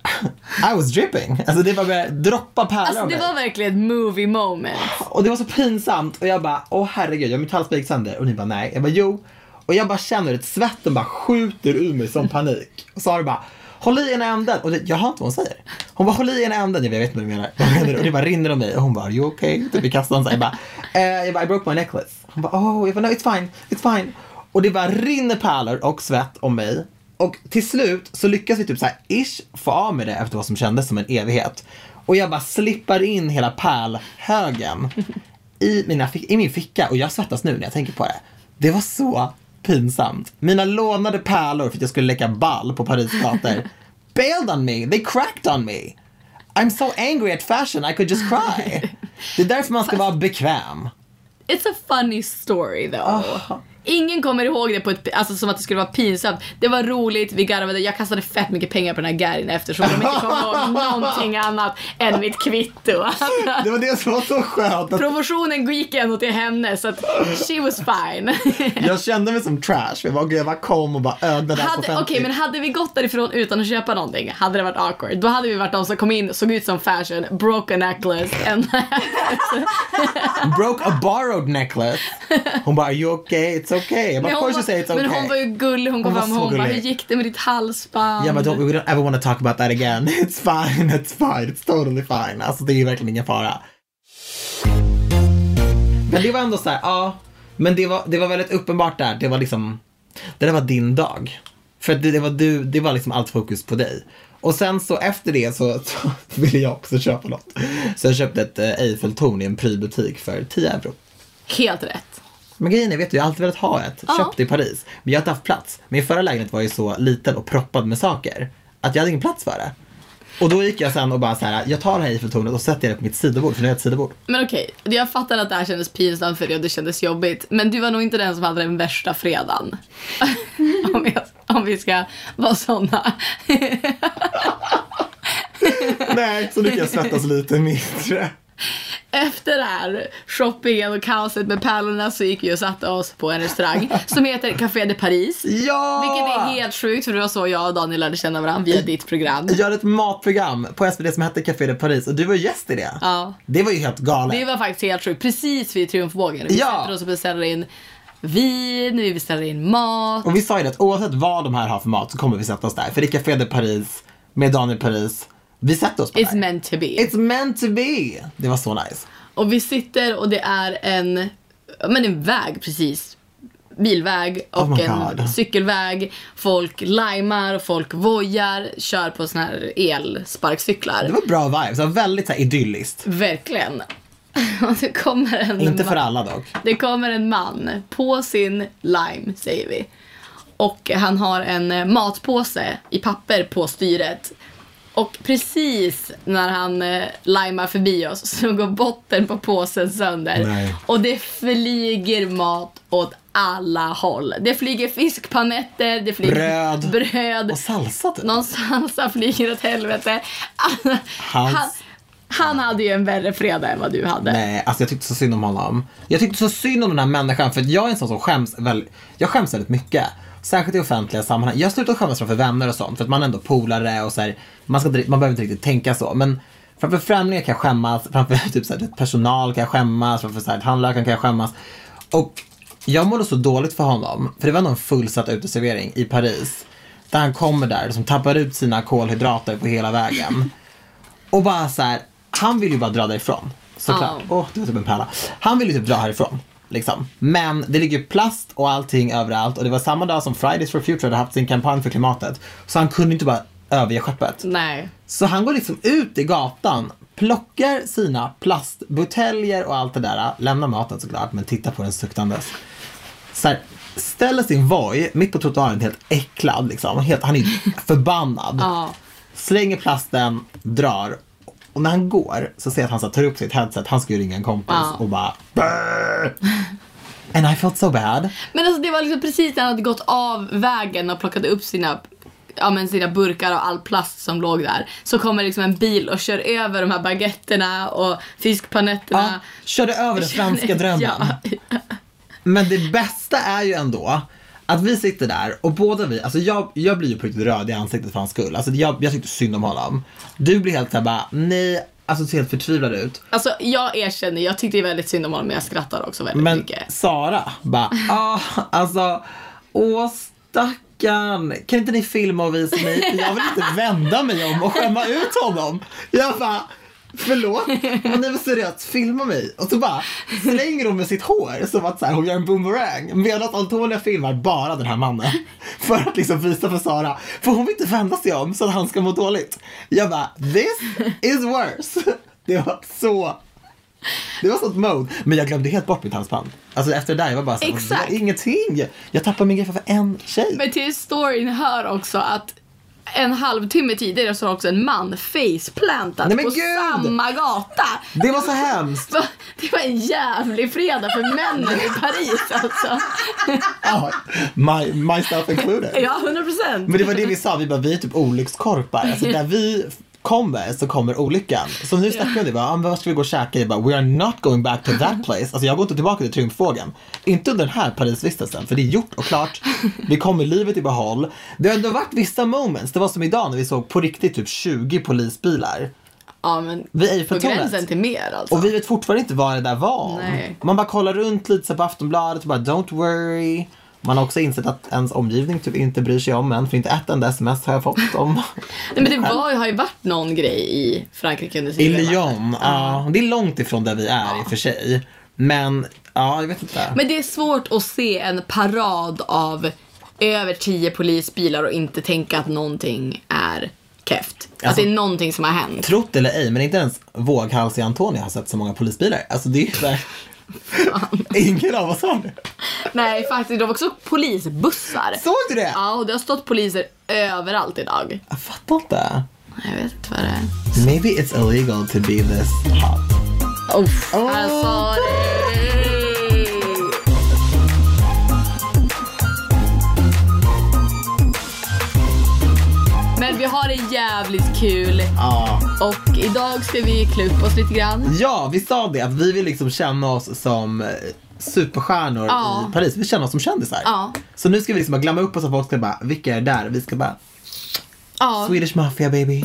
Speaker 1: [laughs] I was dripping. Alltså det bara började droppa pärlor
Speaker 2: Alltså
Speaker 1: av
Speaker 2: det
Speaker 1: mig.
Speaker 2: var verkligen ett movie moment.
Speaker 1: Och det var så pinsamt och jag bara, åh herregud, jag mitt halsband gick sönder. Och ni bara, nej. Jag bara, jo. Och jag bara känner hur ett svetten bara skjuter ur mig som panik. Och Sara bara, håll i ena änden. Och det, jag hör inte vad hon säger. Hon bara, håll i ena änden. Jag, bara, jag vet inte vad du menar. Vad menar du? Och det bara rinner om mig. Och hon bara, are you okay? Typ i kassan. Så här, jag, bara, eh, jag bara, I broke my necklace. Hon bara, oh, jag bara, no it's fine, it's fine. Och det bara rinner pärlor och svett om mig. Och till slut så lyckas vi typ så här ish få av med det efter vad som kändes som en evighet. Och jag bara slippar in hela pärlhögen i, mina, fi- i min ficka och jag svettas nu när jag tänker på det. Det var så pinsamt. Mina lånade pärlor för att jag skulle leka ball på Paris gator
Speaker 2: [laughs]
Speaker 1: bailed on me, they cracked on me. I'm so angry at fashion I could just cry. Det är därför man ska vara bekväm. Ah.
Speaker 2: It's a funny story though. Ingen kommer ihåg det på ett, alltså som att det skulle vara pinsamt. Det var roligt, vi garvade, jag kastade fett mycket pengar på den här Garin eftersom de inte kom
Speaker 1: [laughs]
Speaker 2: ihåg någonting annat än mitt kvitto.
Speaker 1: Det var det som var så skönt. Att
Speaker 2: Promotionen gick ändå till henne så att she was fine.
Speaker 1: jag kände mig som trash. Jag bara, gud, jag bara kom och bara ögde där på
Speaker 2: Hade,
Speaker 1: 50.
Speaker 2: okej, men hade vi gått därifrån utan att köpa någonting hade det varit awkward. Då hade vi varit de som kom in, såg ut som fashion, broke a necklace. [laughs] And
Speaker 1: Broke a borrowed necklace. Hon bara, are you okay? It's okay. Jag bara,
Speaker 2: Men
Speaker 1: of
Speaker 2: hon
Speaker 1: course you say
Speaker 2: var-
Speaker 1: it's okay.
Speaker 2: Men hon var ju gullig, hon kom
Speaker 1: Hon var
Speaker 2: fram och
Speaker 1: så
Speaker 2: hon bara, hur
Speaker 1: gullig.
Speaker 2: gick det med ditt halsband?
Speaker 1: Jag bara, don't, we don't ever want to talk about that again. [laughs] It's fine, it's fine, it's totally fine. Alltså det är ju verkligen ingen fara. Men det var ändå så här, ja. Men det var, det var väldigt uppenbart där. Det var liksom, det där var din dag. För att det, det var du, det var liksom allt fokus på dig. Och sen så efter det så, så [laughs] ville jag också köpa något. Så jag köpte ett eh, Eiffeltorn i en prylbutik för 10 euro.
Speaker 2: Helt rätt.
Speaker 1: Men grejen är, vet du, jag har alltid velat ha ett.
Speaker 2: Ja.
Speaker 1: Köpt i Paris. Men jag har inte haft plats. Min förra lägenhet var ju så liten och proppad med saker. Att jag hade ingen plats för det. Och då gick jag sen och bara så här, jag tar det här Eiffeltornet och sätter det på mitt sidobord, för nu har jag ett sidobord.
Speaker 2: Men okej, jag fattar att det här kändes pinsamt för dig och det kändes jobbigt. Men du var nog inte den som hade den värsta fredagen. [laughs] om, jag, om vi ska vara såna.
Speaker 1: [laughs]
Speaker 2: [laughs]
Speaker 1: Nej, så nu kan jag svettas lite mindre.
Speaker 2: Efter det här shoppingen och kaoset med pärlorna så gick vi och satte oss på en restaurang som heter Café de Paris.
Speaker 1: Ja!
Speaker 2: Vilket är helt sjukt för det var så jag och Daniel lärde känna varandra via ditt program.
Speaker 1: Jag hade ett matprogram på SVT som hette Café de Paris och du var gäst i det.
Speaker 2: Ja.
Speaker 1: Det var ju helt galet.
Speaker 2: Det var faktiskt helt sjukt. Precis vid Triumfbågen. Vi
Speaker 1: Ja.
Speaker 2: sätter oss och beställer in vin, vi beställer in mat.
Speaker 1: Och vi sa ju det att oavsett vad de här har för mat så kommer vi sätta oss där. För det är Café de Paris med Daniel Paris. Vi sätter oss på det
Speaker 2: It's
Speaker 1: här.
Speaker 2: meant to be.
Speaker 1: It's meant to be! Det var så nice.
Speaker 2: Och vi sitter och det är en, ja, men en väg precis. Bilväg och
Speaker 1: Oh my
Speaker 2: en
Speaker 1: God.
Speaker 2: cykelväg. Folk limear och folk vojar, kör på såna här elsparkcyklar.
Speaker 1: Det var bra vibes, det var väldigt så här, idylliskt.
Speaker 2: Verkligen. [laughs] Och det kommer en
Speaker 1: Inte för
Speaker 2: man,
Speaker 1: alla dock.
Speaker 2: det kommer en man på sin lime, säger vi. Och han har en eh, matpåse i papper på styret. Och precis när han eh, limear förbi oss så går botten på påsen sönder.
Speaker 1: Nej.
Speaker 2: Och det flyger mat åt alla håll. Det flyger fiskpanetter, det flyger
Speaker 1: Bröd.
Speaker 2: bröd
Speaker 1: Och salsa typ.
Speaker 2: någon salsa flyger åt helvete. [laughs]
Speaker 1: Hans.
Speaker 2: Han, han hade ju en värre fredag än vad du hade.
Speaker 1: Nej, alltså jag tyckte så synd om honom. Jag tyckte så synd om den här människan för att jag är en sån som skäms väldigt, jag skäms väldigt mycket. Särskilt i offentliga sammanhang. Jag slutar skämmas framför vänner och sånt för att man är ändå polare och så här, man, ska, inte- man behöver inte riktigt tänka så. Men framför främlingar kan jag skämmas, framför [laughs] typ så här, personal kan jag skämmas, framför så här, tandläkaren kan jag skämmas. Och jag mådde så dåligt för honom, för det var ändå en fullsatt uteservering i Paris. Där han kommer där, som tappar ut sina kolhydrater på hela vägen. Och bara så här, han vill ju bara dra därifrån. Såklart. Åh, det var typ en pärla. Han vill ju typ dra härifrån. Liksom. Men det ligger ju plast och allting överallt och det var samma dag som Fridays for Future hade haft sin kampanj för klimatet. Så han kunde inte bara överge skeppet.
Speaker 2: Nej.
Speaker 1: Så han går liksom ut i gatan, plockar sina plastbuteljer och allt det där, lämnar maten såklart, men tittar på den suktandes. Så här, ställer sin voj mitt på trottoaren helt äcklad liksom. Helt, han är
Speaker 2: [laughs]
Speaker 1: ju förbannad.
Speaker 2: Ja.
Speaker 1: Slänger plasten, drar. Och när han går så ser jag att han så här, tar upp sitt headset, han ska ju ringa en kompis
Speaker 2: Ja.
Speaker 1: och bara
Speaker 2: [laughs]
Speaker 1: "Brr." And I felt so bad.
Speaker 2: Men alltså det var liksom precis när han hade gått av vägen och plockat upp sina Ja, men sina burkar och all plast som låg där. Så kommer liksom en bil och kör över de här baguetterna och
Speaker 1: Ja,
Speaker 2: fiskpanetterna.
Speaker 1: körde
Speaker 2: [laughs]
Speaker 1: över den franska drömmen.
Speaker 2: Ja.
Speaker 1: Men det bästa är ju ändå att vi sitter där och båda vi, alltså jag, jag blir ju på riktigt röd i ansiktet för hans skull. Alltså jag, jag tyckte synd om honom. Du blir helt såhär bara, nej, alltså du ser helt förtvivlad ut.
Speaker 2: Alltså jag erkänner, jag tyckte väldigt synd om honom men jag skrattar också väldigt
Speaker 1: Men
Speaker 2: mycket.
Speaker 1: Sara bara, ah, alltså, åh stackarn. Kan inte ni filma och visa mig? För Jag vill inte vända mig om och skämma ut honom. Jag bara, förlåt? Men nej men seriöst, filma mig. Och så bara slänger hon med sitt hår som att så här, hon gör en boomerang. Medan Antonia filmar bara den här mannen. För att liksom visa för Sara. För hon vill inte vända sig om så att han ska må dåligt. Jag bara, this is worse. Det var så det var sånt mode. Men jag glömde helt bort mitt halsband. Alltså efter det där, jag var bara så,
Speaker 2: Exakt.
Speaker 1: ingenting. Jag tappade min grej för en tjej.
Speaker 2: Men till storyn hör också att en halvtimme tidigare så har också en man faceplantat
Speaker 1: Nej, men
Speaker 2: på
Speaker 1: gud!
Speaker 2: samma gata.
Speaker 1: Det var så hemskt.
Speaker 2: Va? [laughs] Det var en jävlig fredag för männen i Paris alltså.
Speaker 1: Ja, my, myself included.
Speaker 2: Ja, 100 procent.
Speaker 1: Men det var det vi sa, vi bara, vi är typ olyckskorpar. Alltså där vi kommer så kommer olyckan. Så nu snackade vi om det, bara, ah, men vad ska vi gå och käka? Jag bara, we are not going back to that place. Alltså jag går inte tillbaka till Triumfvågen. Inte under den här Parisvistelsen, för det är gjort och klart. Vi kommer livet i behåll. Det har ändå varit vissa moments. Det var som idag när vi såg på riktigt typ 20 polisbilar.
Speaker 2: Ja, men
Speaker 1: Vid
Speaker 2: på
Speaker 1: Eiffeltornet.
Speaker 2: gränsen till mer alltså.
Speaker 1: Och vi vet fortfarande inte vad det där var om.
Speaker 2: Nej.
Speaker 1: Man bara kollar runt lite så här på Aftonbladet och bara don't worry. Man har också insett att ens omgivning typ inte bryr sig om en för inte ett enda sms har jag fått
Speaker 2: [laughs]
Speaker 1: om.
Speaker 2: Nej, men det var, har ju varit någon grej i Frankrike under
Speaker 1: I
Speaker 2: leva.
Speaker 1: Lyon, ja. Det är långt ifrån där vi är i och för sig. Men, ja jag vet inte.
Speaker 2: Men det är svårt att se en parad av över 10 polisbilar och inte tänka att någonting är keft. att
Speaker 1: Alltså-
Speaker 2: det är någonting som har hänt.
Speaker 1: Trott eller ej, men inte ens våghalsig Antonio har sett så många polisbilar. Alltså det är ju såhär... [laughs] Ingen av oss har det.
Speaker 2: Nej, faktiskt. Det var också polisbussar.
Speaker 1: Såg du det?
Speaker 2: Ja, och det har stått poliser överallt idag.
Speaker 1: Jag fattar inte.
Speaker 2: Jag vet inte vad det är.
Speaker 1: Maybe it's illegal to be this hot.
Speaker 2: Uff,
Speaker 1: Åh.
Speaker 2: alltså. det- Men vi har det jävligt kul
Speaker 1: Ja.
Speaker 2: och idag ska vi klä upp oss lite grann.
Speaker 1: Ja, vi sa det att vi vill liksom känna oss som eh, superstjärnor
Speaker 2: Ja.
Speaker 1: i Paris. Vi känner oss som kändisar.
Speaker 2: Ja.
Speaker 1: Så nu ska vi liksom bara glömma upp oss och folk ska bara, vilka är det där? Vi ska bara,
Speaker 2: Ja,
Speaker 1: Swedish Mafia
Speaker 2: [laughs]
Speaker 1: baby.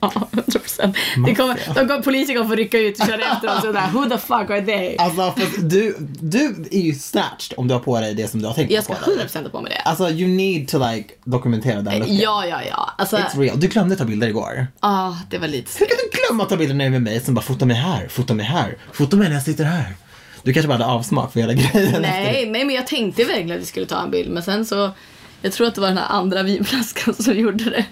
Speaker 2: ja 100%. Det kommer, de kommer, polisen kommer få rycka ut och köra efter oss och där, who the fuck are they?
Speaker 1: Alltså, för att du, du är ju snatched om du har på dig det som du har tänkt
Speaker 2: Jag
Speaker 1: på
Speaker 2: ska
Speaker 1: dig.
Speaker 2: 100% ha på mig det.
Speaker 1: Alltså, you need to like dokumentera den looken.
Speaker 2: Ja, ja, ja. Alltså,
Speaker 1: It's real. Du glömde ta bilder igår.
Speaker 2: ah, det var lite
Speaker 1: Hur kan du glömma att ta bilder när du är med mig som bara, fota mig här, fota mig här, fota mig när jag sitter här. Du kanske bara hade avsmak för hela grejen.
Speaker 2: Nej, nej, men jag tänkte verkligen att vi skulle ta en bild, men sen så... Jag tror att det var den här andra vinflaskan som gjorde det.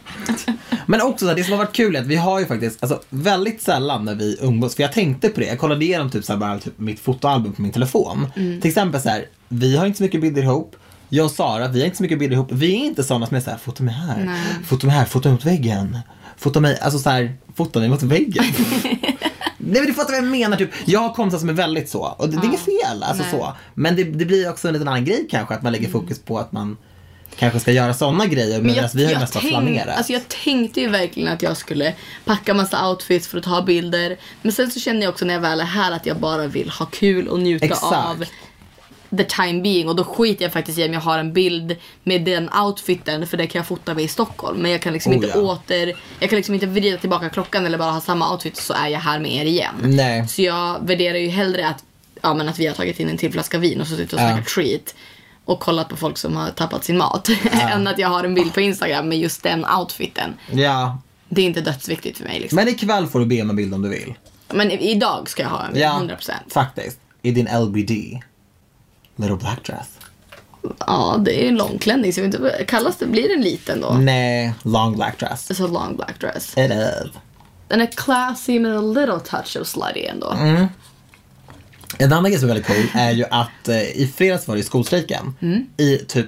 Speaker 1: Men också så här, det som har varit kul är att vi har ju faktiskt, alltså väldigt sällan när vi umgås, för jag tänkte på det, jag kollade igenom typ så här, bara typ mitt fotoalbum på min telefon.
Speaker 2: Mm.
Speaker 1: Till exempel så här, vi har inte så mycket bilder ihop. Jag och Sara, vi har inte så mycket bilder ihop. Vi är inte sådana som är såhär, fota mig här, fota mig här, fota mig mot väggen. Fota mig, alltså såhär, fota mig mot
Speaker 2: [laughs]
Speaker 1: väggen. Nej men du fattar vad jag menar, typ, jag har kompisar som är väldigt så. Och det, det är inget fel, alltså
Speaker 2: Nej. Mm.
Speaker 1: så. Men det, det blir också en liten annan grej kanske, att man lägger fokus på att man kanske ska göra sådana grejer. Men, alltså, vi har ju mest bara
Speaker 2: tänk-
Speaker 1: flanerat.
Speaker 2: alltså jag tänkte ju verkligen att jag skulle packa massa outfits för att ta bilder. Men sen så känner jag också när jag väl är här att jag bara vill ha kul och njuta
Speaker 1: Exakt.
Speaker 2: av the time being. Och då skiter jag faktiskt i om jag har en bild med den outfiten för det kan jag fota mig i Stockholm. Men jag kan liksom
Speaker 1: Oh,
Speaker 2: inte
Speaker 1: ja.
Speaker 2: åter, jag kan liksom inte vrida tillbaka klockan eller bara ha samma outfit så är jag här med er igen.
Speaker 1: Nej.
Speaker 2: Så jag värderar ju hellre att, ja, men att vi har tagit in en till flaska vin och suttit och
Speaker 1: Ja.
Speaker 2: snackat treat och kollat på folk som har tappat sin mat. [laughs] än att jag har en bild på Instagram med just den outfiten.
Speaker 1: Ja,
Speaker 2: Det är inte dödsviktigt för mig. Liksom.
Speaker 1: men ikväll får du be om en bild om du vill.
Speaker 2: Men i- idag ska jag ha en
Speaker 1: Ja,
Speaker 2: 100%.
Speaker 1: faktiskt. I din LBD. Little black dress.
Speaker 2: Ja, det är en långklänning. Så jag vet inte, vad- kallas det, blir den liten då?
Speaker 1: Mm. Nej, long black dress.
Speaker 2: It's a long black dress.
Speaker 1: It is.
Speaker 2: Den är classy men a little touch of slutty ändå.
Speaker 1: Mm. En annan grej som är väldigt cool är ju att eh, i fredags var det ju skolstrejken. I typ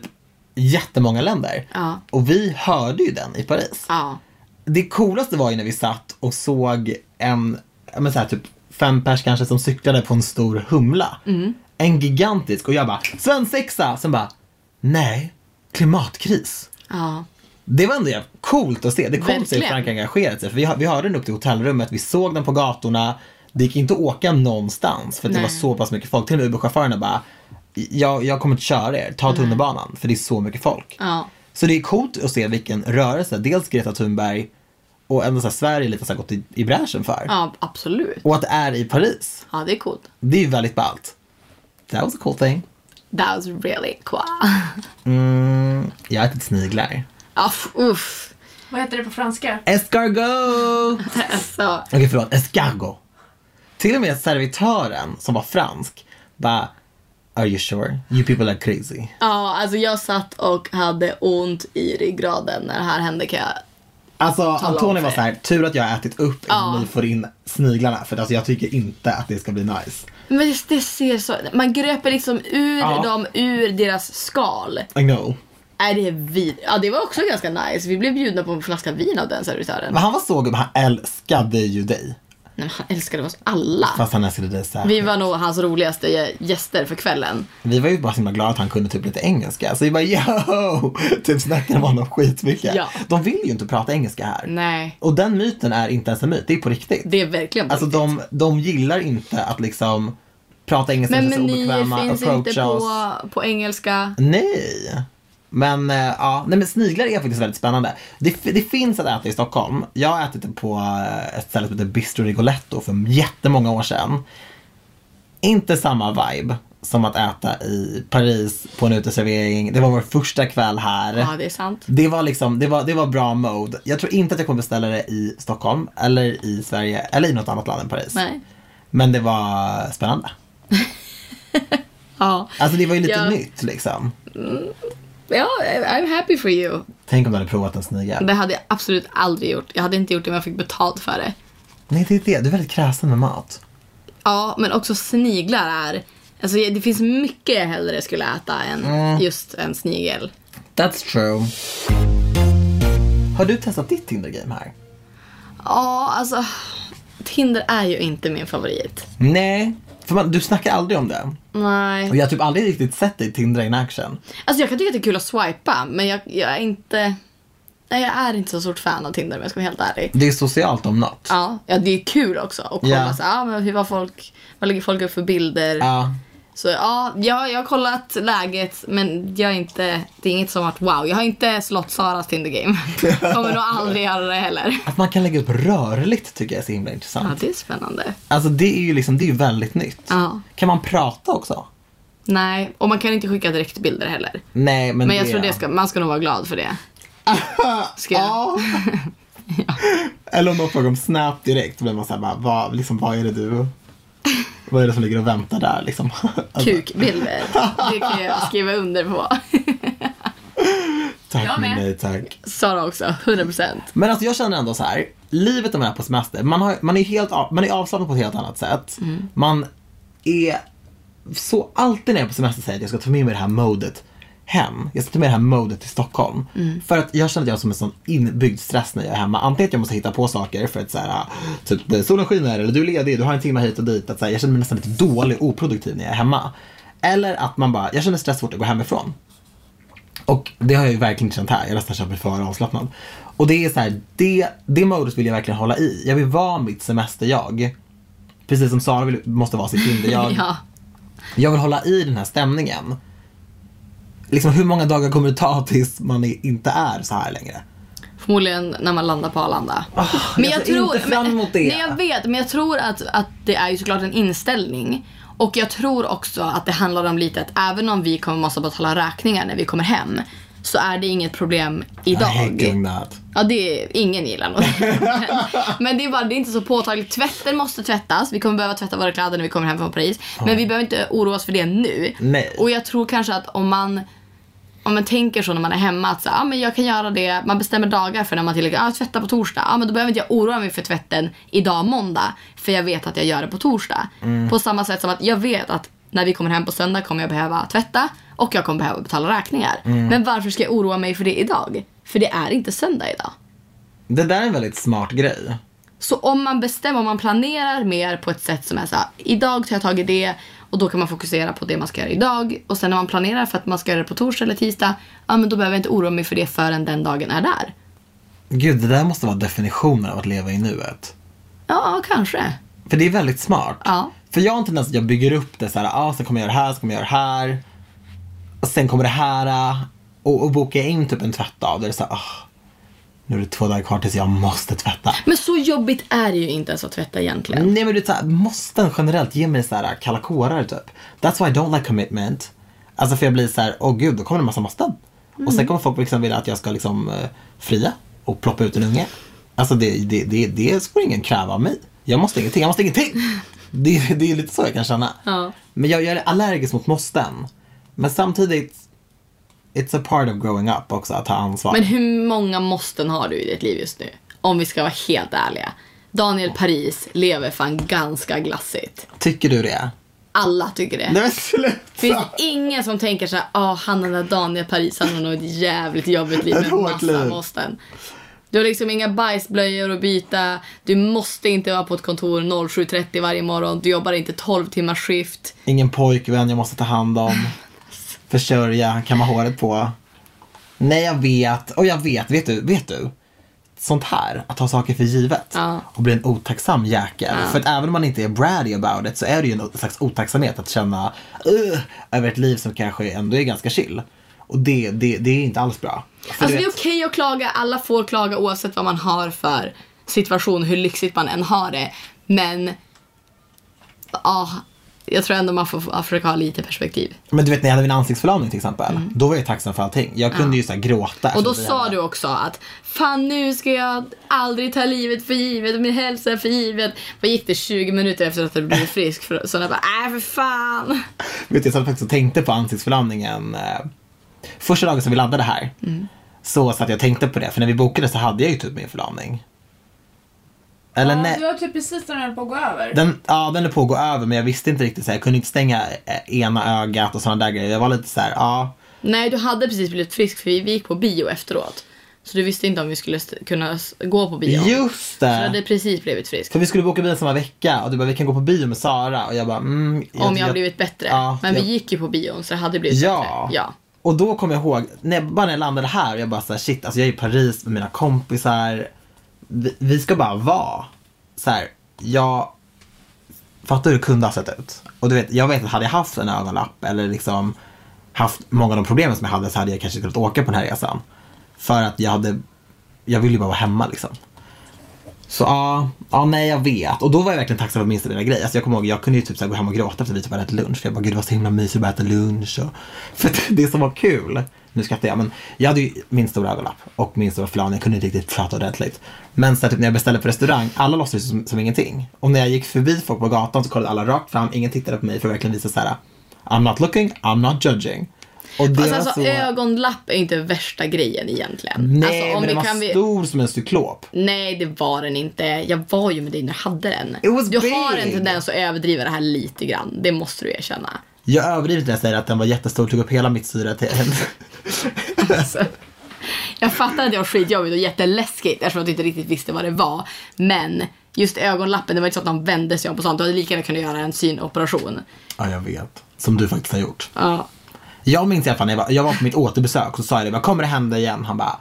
Speaker 1: jättemånga länder.
Speaker 2: Ja.
Speaker 1: Och vi hörde ju den i Paris.
Speaker 2: Ja.
Speaker 1: Det coolaste var ju när vi satt och såg en, ja, men så här, typ fem pers kanske som cyklade på en stor humla.
Speaker 2: Mm.
Speaker 1: En gigantisk och jag bara, svensexa! Sen bara, nej, klimatkris.
Speaker 2: ja.
Speaker 1: Det var ändå jävligt coolt att se. Det är coolt att se hur
Speaker 2: Verkligen.
Speaker 1: Frankrike har engagerat sig. För vi, hör- vi hörde den upp till hotellrummet, vi såg den på gatorna. Det gick inte att åka någonstans för att det
Speaker 2: Nej.
Speaker 1: var så pass mycket folk. Till och med Uber-chaufförerna bara, jag, jag kommer inte köra er, ta tunnelbanan för det är så mycket folk.
Speaker 2: Ja.
Speaker 1: Så det är coolt att se vilken rörelse, dels Greta Thunberg och ändå så här Sverige lite så här gått i, i bräschen för.
Speaker 2: ja, absolut.
Speaker 1: Och att det är i Paris,
Speaker 2: Ja, det är coolt.
Speaker 1: det är ju väldigt ballt. That was a cool thing.
Speaker 2: That was really cool. [laughs]
Speaker 1: Mm, jag har ätit sniglar.
Speaker 2: Ja, f- uff.
Speaker 4: Vad heter det på franska?
Speaker 2: [laughs]
Speaker 1: Escargot!
Speaker 2: Alltså,
Speaker 1: Okej, förlåt. Escargot. Till och med servitören som var fransk bara Are you sure? You people are crazy.
Speaker 2: ja, alltså jag satt och hade ont i ryggraden när det här hände kan jag...
Speaker 1: Alltså Antonio
Speaker 2: om
Speaker 1: var
Speaker 2: för
Speaker 1: så här, tur att jag har ätit upp innan
Speaker 2: Ja.
Speaker 1: ni får in sniglarna för alltså, jag tycker inte att det ska bli nice.
Speaker 2: Men det- det ser så... Man gröper liksom ur
Speaker 1: Ja.
Speaker 2: dem ur deras skal.
Speaker 1: I know.
Speaker 2: Nej, det är vid... Ja, det var också ganska nice. Vi blev bjudna på en flaska vin av den servitören.
Speaker 1: Men han var så gubbe, han älskade ju dig.
Speaker 2: Nej, men han älskade oss alla.
Speaker 1: Fast han älskade dig särskilt.
Speaker 2: Vi var nog hans roligaste gä- gäster för kvällen.
Speaker 1: Vi var ju bara så himla glada att han kunde typ lite engelska. Så vi bara yo! [laughs] Typ snackade med honom skitmycket.
Speaker 2: Ja.
Speaker 1: De vill ju inte prata engelska här.
Speaker 2: Nej,
Speaker 1: Och den myten är inte ens en myt, det är på riktigt.
Speaker 2: det är verkligen
Speaker 1: Alltså de, de gillar inte att liksom prata engelska,
Speaker 2: Men
Speaker 1: känna sig
Speaker 2: menyer finns inte
Speaker 1: approacha oss.
Speaker 2: på, på engelska.
Speaker 1: Nej. Men eh, ja, nej men sniglar är faktiskt väldigt spännande. Det, f- det finns att äta i Stockholm. Jag har ätit det på eh, ett ställe som heter Bistro Rigoletto för jättemånga år sedan. Inte samma vibe som att äta i Paris på en uteservering. Det var vår första kväll här.
Speaker 2: Ja, det är sant.
Speaker 1: Det var liksom, det var, det var bra mode. Jag tror inte att jag kommer beställa det i Stockholm eller i Sverige eller i något annat land än Paris.
Speaker 2: Nej.
Speaker 1: Men det var spännande.
Speaker 2: Ja.
Speaker 1: Alltså det var ju lite
Speaker 2: Ja.
Speaker 1: nytt liksom.
Speaker 2: ja, I'm happy for you.
Speaker 1: Tänk om du hade provat en snigel.
Speaker 2: Det hade jag absolut aldrig gjort. Jag hade inte gjort det om jag fick betalt för det.
Speaker 1: Nej det är det, du är väldigt kräsen med mat.
Speaker 2: Ja, men också sniglar är... Alltså det finns mycket jag hellre skulle äta än
Speaker 1: Mm.
Speaker 2: just en snigel.
Speaker 1: That's true. Har du testat ditt Tinder-game här?
Speaker 2: Ja, alltså... Tinder är ju inte min favorit.
Speaker 1: Nej, för man, du snackar aldrig om det. Och
Speaker 2: Nej.
Speaker 1: jag har typ aldrig riktigt sett dig tindra in action.
Speaker 2: Alltså jag kan tycka att det är kul att swipa, men jag, jag är inte... Nej, jag är inte så stort fan av Tinder om jag ska vara helt ärlig.
Speaker 1: Det är socialt om något.
Speaker 2: Ja, ja det är kul också att kolla
Speaker 1: Ja.
Speaker 2: så, ja, men hur var folk, vad lägger folk upp för bilder?
Speaker 1: Ja.
Speaker 2: Så ja, jag, jag har kollat läget men jag är inte, det är inget som att wow, jag har inte slått Saras Tinder [laughs] game. Kommer nog aldrig göra det heller.
Speaker 1: Att man kan lägga upp rörligt tycker jag är så himla intressant.
Speaker 2: Ja, det är spännande.
Speaker 1: Alltså det är ju liksom, det är ju väldigt nytt.
Speaker 2: Ja.
Speaker 1: Kan man prata också?
Speaker 2: Nej, och man kan inte skicka direktbilder heller.
Speaker 1: Nej, men,
Speaker 2: Men jag tror det ska, man ska nog vara glad för det. Ska jag?
Speaker 1: [laughs] Ja. Eller om någon frågar om Snap direkt, då blir man såhär bara, vad, liksom, vad är det du, vad är det som ligger och väntar där liksom? [laughs] Alltså,
Speaker 2: Kukbilder, [laughs] det kan jag skriva under på.
Speaker 1: Tack
Speaker 3: Jag
Speaker 1: men
Speaker 3: med.
Speaker 1: nej tack.
Speaker 2: Sara också, 100%.
Speaker 1: Men alltså jag känner ändå så här, livet när man är på semester, man, har, man är helt av, man är avslappnad på ett helt annat sätt.
Speaker 3: Mm.
Speaker 1: Man är så, alltid när jag är på semester säger jag att jag ska ta med mig det här modet hem. Jag ska ta med det här modet till Stockholm.
Speaker 3: Mm.
Speaker 1: För att jag känner att jag har som en sån inbyggd stress när jag är hemma. Antingen att jag måste hitta på saker för att så här, typ solen skiner eller du är ledig, du har en timme hit och dit. Att, så här, jag känner mig nästan lite dålig och oproduktiv när jag är hemma. Eller att man bara, jag känner stress så fort jag går hemifrån. Och det har jag ju verkligen inte känt här. Jag har nästan känt mig för avslappnad. Och det är så här, det, det modet vill jag verkligen hålla i. Jag vill vara mitt semester-jag. Precis som Sara vill, måste vara
Speaker 2: [laughs]
Speaker 1: sitt Tinder-jag.
Speaker 2: Ja.
Speaker 1: Jag vill hålla i den här stämningen. Liksom hur många dagar kommer det ta tills man är, inte är så här längre?
Speaker 2: Förmodligen när man landar på Arlanda.
Speaker 1: Ah, jag ser inte fram emot det.
Speaker 2: Nej, jag vet, men jag tror att, att det är ju såklart en inställning. Och jag tror också att det handlar om lite att även om vi kommer måste betala räkningar när vi kommer hem så är det inget problem
Speaker 1: I hate
Speaker 2: idag.
Speaker 1: doing that.
Speaker 2: Ja, det är, ingen gillar nog det. [laughs] Men det är, bara, det är inte så påtagligt. Tvätten måste tvättas. Vi kommer behöva tvätta våra kläder när vi kommer hem från Paris. Men vi behöver inte oroa oss för det nu.
Speaker 1: Nej.
Speaker 2: Och jag tror kanske att om man om man tänker så när man är hemma att så, ah, men jag kan göra det, man bestämmer dagar för när man till exempel ah, tvätta på torsdag. Ah, men då behöver inte jag oroa mig för tvätten idag måndag för jag vet att jag gör det på torsdag. På samma sätt som att jag vet att när vi kommer hem på söndag kommer jag behöva tvätta och jag kommer behöva betala räkningar. Men varför ska jag oroa mig för det idag? För det är inte söndag idag.
Speaker 1: Det där är en väldigt smart grej.
Speaker 2: Så om man bestämmer, om man planerar mer på ett sätt som är så här, idag tar jag tag i det och då kan man fokusera på det man ska göra idag. Och sen när man planerar för att man ska göra det på torsdag eller tisdag, ja men då behöver jag inte oroa mig för det förrän den dagen är där.
Speaker 1: Gud, det där måste vara definitionen av att leva i nuet.
Speaker 2: Ja, kanske.
Speaker 1: För det är väldigt smart.
Speaker 2: Ja.
Speaker 1: För jag har en tendens att jag bygger upp det så här, ah, sen kommer jag göra det här, sen kommer jag göra det här. Och sen kommer det här. ah. Och, och bokar jag in typ en tvätt av det, är det så här, ah, nu är det två dagar kvar tills jag måste tvätta.
Speaker 2: Men så jobbigt är det ju inte ens att tvätta egentligen.
Speaker 1: Nej men du vet såhär, måsten generellt ger mig såhär kalla kårar typ. That's why I don't like commitment. Alltså för jag blir såhär, åh gud, då kommer det en massa måsten. Och
Speaker 2: Mm.
Speaker 1: sen kommer folk liksom vilja att jag ska liksom eh, fria och ploppa ut en unge. Alltså det, det, det, det får ingen kräva av mig. Jag måste ingenting, jag måste ingenting. [laughs] Det, det är lite så jag kan känna.
Speaker 2: Ja.
Speaker 1: Men jag, jag är allergisk mot måsten. Men samtidigt, it's a part of growing up också att ta ansvar.
Speaker 2: Men hur många måsten har du i ditt liv just nu? Om vi ska vara helt ärliga. Daniel Paris lever fan ganska glassigt.
Speaker 1: Tycker du det?
Speaker 2: Alla tycker det.
Speaker 1: Nej men
Speaker 2: Det finns
Speaker 1: sluta!
Speaker 2: ingen som tänker så här, ah han den där Daniel Paris han har nog ett jävligt jobbigt liv
Speaker 1: Ett [laughs]
Speaker 2: med
Speaker 1: hårt
Speaker 2: massa
Speaker 1: liv."
Speaker 2: måsten. Du har liksom inga bajsblöjor att byta, du måste inte vara på ett kontor 07.30 varje morgon, du jobbar inte 12 timmars skift.
Speaker 1: Ingen pojkvän jag måste ta hand om. Försörja, kamma håret på. Nej jag vet, och jag vet, vet du, vet du? Sånt här, att ta saker för givet
Speaker 2: Ja.
Speaker 1: och bli en otacksam jäkel. För att även om man inte är bratty about it så är det ju en slags otacksamhet att känna "Ugh", över ett liv som kanske ändå är ganska chill. Och det, det, det är inte alls bra. För
Speaker 2: Alltså
Speaker 1: du
Speaker 2: det är
Speaker 1: vet-
Speaker 2: okej att klaga, alla får klaga oavsett vad man har för situation, hur lyxigt man än har det. Men, ja, jag tror ändå man får försöka ha lite perspektiv.
Speaker 1: Men du vet när jag hade min ansiktsförlamning till exempel, då var jag tacksam för allting. Jag kunde ju så här gråta.
Speaker 2: Mm. Och då
Speaker 1: eftersom vi
Speaker 2: sa
Speaker 1: hade-
Speaker 2: du också att fan nu ska jag aldrig ta livet för givet och min hälsa för givet. Vad gick det 20 minuter efter att du
Speaker 1: [laughs]
Speaker 2: blev frisk? För, så jag bara, äh för fan.
Speaker 1: Vet du, jag satt faktiskt och tänkte på ansiktsförlamningen. eh, Första dagen som vi landade här
Speaker 2: Mm.
Speaker 1: så satt jag och tänkte på det. För när vi bokade så hade jag ju typ min förlamning. Eller nej.
Speaker 4: Du har typ precis när den höll på att gå över.
Speaker 1: Den, ja, den är på att gå över men jag visste inte riktigt. Så här, jag kunde inte stänga eh, ena ögat och sådana där grejer. Jag var lite så här, ja.
Speaker 2: Nej, du hade precis blivit frisk för vi vi gick på bio efteråt. Så du visste inte om vi skulle st- kunna s- gå på bio.
Speaker 1: Just
Speaker 2: Så du hade
Speaker 1: det.
Speaker 2: precis blivit frisk.
Speaker 1: För vi skulle boka bil samma vecka och du bara, vi kan gå på bio med Sara. Och jag bara, mm.
Speaker 2: Om jag har blivit bättre.
Speaker 1: Ja,
Speaker 2: Men vi
Speaker 1: jag-
Speaker 2: gick ju på bion så det hade blivit
Speaker 1: Ja.
Speaker 2: bättre. Ja.
Speaker 1: Och då kom jag ihåg, när, bara när jag landade här, jag bara såhär shit, alltså jag är i Paris med mina kompisar. Vi, vi ska bara vara. Såhär, jag fattar hur det kunde ha sett ut. Och du vet, jag vet att hade jag haft en ögonlapp eller liksom haft många av de problemen som jag hade så hade jag kanske inte kunnat åka på den här resan. För att jag hade, jag ville ju bara vara hemma liksom. Så ja, ja, nej jag vet. Och då var jag verkligen tacksam för minsta lilla grej. Alltså jag kommer ihåg, jag kunde ju typ så här gå hem och gråta efter vi typ hade ätit lunch. För jag bara, gud det var så himla mysigt att bara äta lunch. Och... [laughs] För att det som var kul, nu skrattar jag, men jag hade ju min stora ögonlapp och min stora förlamning. Jag kunde inte riktigt prata ordentligt. Men så här, typ när jag beställde på restaurang, alla låtsades som, som ingenting. Och när jag gick förbi folk på gatan så kollade alla rakt fram, ingen tittade på mig för att verkligen visa så här, I'm not looking, I'm not judging. Och det
Speaker 2: Fast
Speaker 1: var
Speaker 2: alltså
Speaker 1: så...
Speaker 2: ögonlapp är inte värsta grejen egentligen.
Speaker 1: Nej,
Speaker 2: alltså,
Speaker 1: men den var stor som en cyklop.
Speaker 2: Nej, det var den inte. Jag var ju med dig när du hade den.
Speaker 1: It was
Speaker 2: du har
Speaker 1: big.
Speaker 2: en tendens att överdriva det här lite grann. Det måste du erkänna.
Speaker 1: Jag överdriver när jag säger att den var jättestor, tog upp hela mitt syre till
Speaker 2: Alltså, jag fattar att det var skitjobbigt och jätteläskigt eftersom att du inte riktigt visste vad det var. Men just ögonlappen, det var inte så att de vände sig om på sånt. Du hade lika gärna kunnat göra en synoperation.
Speaker 1: Ja, jag vet. Som du faktiskt har gjort.
Speaker 2: Ja.
Speaker 1: Jag minns i alla fall när jag var, jag var på mitt återbesök så sa jag det, vad kommer det hända igen? Han bara,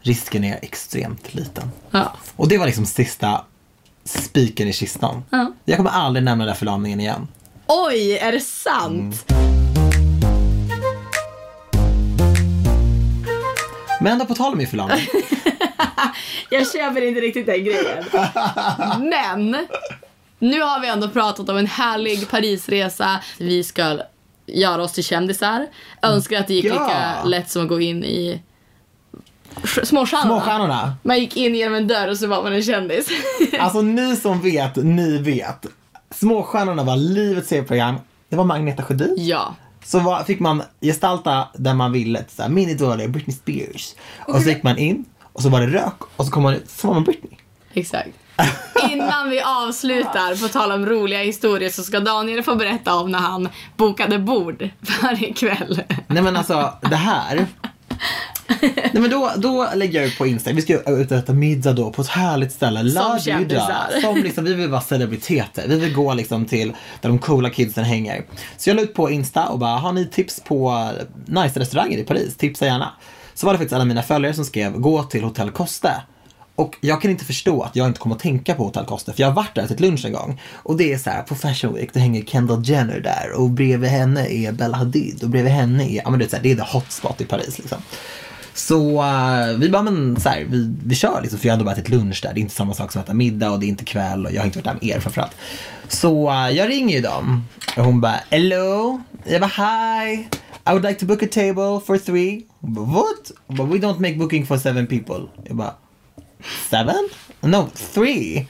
Speaker 1: risken är extremt liten.
Speaker 2: ja.
Speaker 1: Och det var liksom sista spiken i kistan.
Speaker 2: Ja.
Speaker 1: Jag kommer aldrig nämna den där förlamningen igen.
Speaker 2: Oj, är det
Speaker 1: Mm.
Speaker 2: sant?
Speaker 1: Men då på tal om min förlamning.
Speaker 2: Jag köper inte riktigt den grejen. [laughs] Men nu har vi ändå pratat om en härlig Parisresa. Vi ska göra oss till kändisar. Önskar att det gick
Speaker 1: Ja.
Speaker 2: lika lätt som att gå in i sh- småstjärnorna.
Speaker 1: Småstjärnorna.
Speaker 2: Man gick in genom en dörr och så var man en kändis. [laughs]
Speaker 1: Alltså ni som vet, ni vet. Småstjärnorna var livets tv-program. Det var Magneta Sjödin.
Speaker 2: ja.
Speaker 1: Så var, fick man gestalta där man ville, så här, min idol är Britney Spears. Och så gick man in och så var det rök och så kom man ut, så var man Britney.
Speaker 2: Exakt. Innan vi avslutar, på tal om roliga historier, så ska Daniel få berätta om när han bokade bord varje kväll.
Speaker 1: Nej men alltså det här. Nej men då, då lägger jag ut på Insta, vi ska ju ut och äta middag då på ett härligt ställe. La vida.
Speaker 2: kändisar.
Speaker 1: Som liksom, vi vill vara celebriteter. Vi vill gå liksom till där de coola kidsen hänger. Så jag la ut på Insta och bara, har ni tips på nice restauranger i Paris? Tipsa gärna. Så var det faktiskt alla mina följare som skrev, gå till Hotel Coste. Och jag kan inte förstå att jag inte kommer att tänka på Hotel Coste, för jag har varit där och ätit lunch en gång. Och det är så här, på Fashion Week, då hänger Kendall Jenner där och bredvid henne är Bella Hadid och bredvid henne är, ja men det är, så här, det är the hotspot i Paris liksom. Så eh, vi bara, men så här, vi, vi kör liksom, för jag har ändå bara ätit lunch där. Det är inte samma sak som att äta middag och det är inte kväll och jag har inte varit där med er framförallt. Så eh, jag ringer ju dem och hon bara, hello? Jag bara, hi? I would like to book a table for three. Hon bara, what? Hon bara, we don't make booking for seven people. Jag bara, seven? No, three.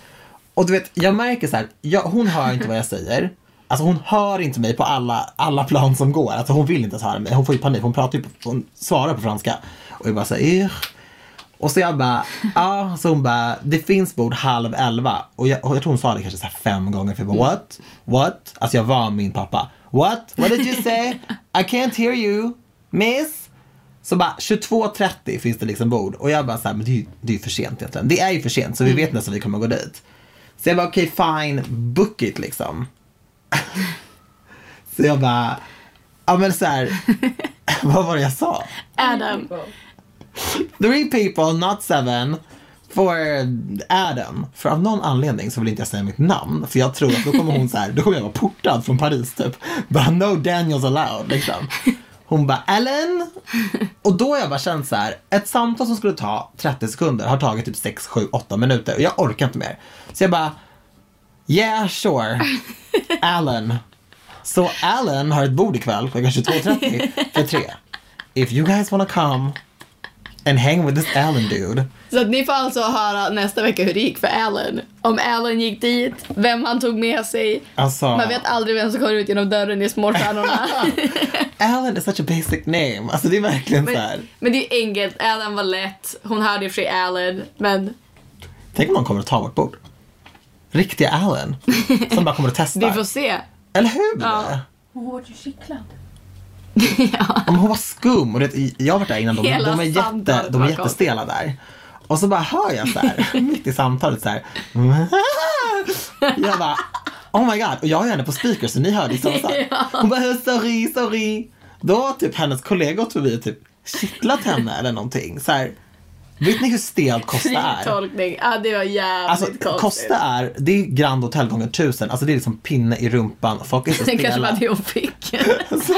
Speaker 1: Och du vet, jag märker så här, jag, hon hör inte vad jag säger. Alltså hon hör inte mig på alla, alla plan som går. Alltså hon vill inte ens höra mig. Hon får ju panik. Hon pratar ju på, hon svarar på franska. Och jag bara säger Och så jag bara, ja, så hon bara, det finns bord halv elva. Och jag, och jag tror hon sa det kanske så här fem gånger, för jag bara, what? What? Alltså jag var min pappa. What? What did you say? I can't hear you, miss. Så bara 22.30 finns det liksom bord. Och jag bara så här, men det är ju det är ju för sent egentligen. Det är ju för sent, så vi vet nästan att vi kommer gå dit. Så jag bara, okej fine, book it liksom. så jag bara, ja men så här, vad var det jag sa?
Speaker 2: Adam.
Speaker 1: Three people, not seven. For Adam. För av någon anledning så vill inte jag säga mitt namn. För jag tror att då kommer hon så här, då kommer jag vara portad från Paris typ. Bara no Daniels allowed liksom. Hon bara Ellen. Och då har jag bara känt så här, ett samtal som skulle ta 30 sekunder har tagit typ 6, 7, 8 minuter. Och jag orkar inte mer. Så jag bara, yeah sure. Alan. Så Alan har ett bord ikväll klockan 22.30 för tre. If you guys wanna come and hang with this Alan dude.
Speaker 2: Så att ni får alltså höra nästa vecka hur det gick för Alan. Om Alan gick dit, vem han tog med sig.
Speaker 1: Alltså, [laughs]
Speaker 2: Man vet aldrig vem som kommer ut genom dörren i Småstjärnorna.
Speaker 1: Alan is such a basic name. Alltså det är verkligen så här.
Speaker 2: men, men det är ju enkelt, Alan var lätt. Hon hörde i och för sig Alan, men
Speaker 1: Tänk om någon kommer att ta vårt bord. Riktiga Alan. Som bara kommer att testa.
Speaker 2: [laughs] vi får se.
Speaker 1: Eller hur?
Speaker 2: Ja.
Speaker 3: Hon var ju kittlad.
Speaker 2: ja.
Speaker 1: Om hon var skum. Och det, jag har varit där innan. De,
Speaker 2: Hela
Speaker 1: de, är, jätte,
Speaker 2: samtalet
Speaker 1: de är
Speaker 2: var
Speaker 1: jättestela där. Och så bara hör jag så
Speaker 2: [laughs]
Speaker 1: här, mitt i samtalet så här. Jag bara, oh my god. Och jag har henne på speaker så ni hörde ju samma
Speaker 2: [laughs]
Speaker 1: sak. Hon bara, sorry, sorry. Då har typ hennes kollega gått förbi och typ kittlat henne eller någonting. Så här, vet ni hur stelt Costa
Speaker 2: Fri
Speaker 1: är?
Speaker 2: tolkning. Ja, det var jävligt
Speaker 1: Alltså
Speaker 2: konstigt.
Speaker 1: Costa är, det är Grand Hotel gånger tusen. Alltså det är liksom pinne i rumpan. Folk är så
Speaker 2: Det kanske var
Speaker 1: stela.
Speaker 2: det
Speaker 1: [laughs]
Speaker 2: hon fick.
Speaker 1: Alltså,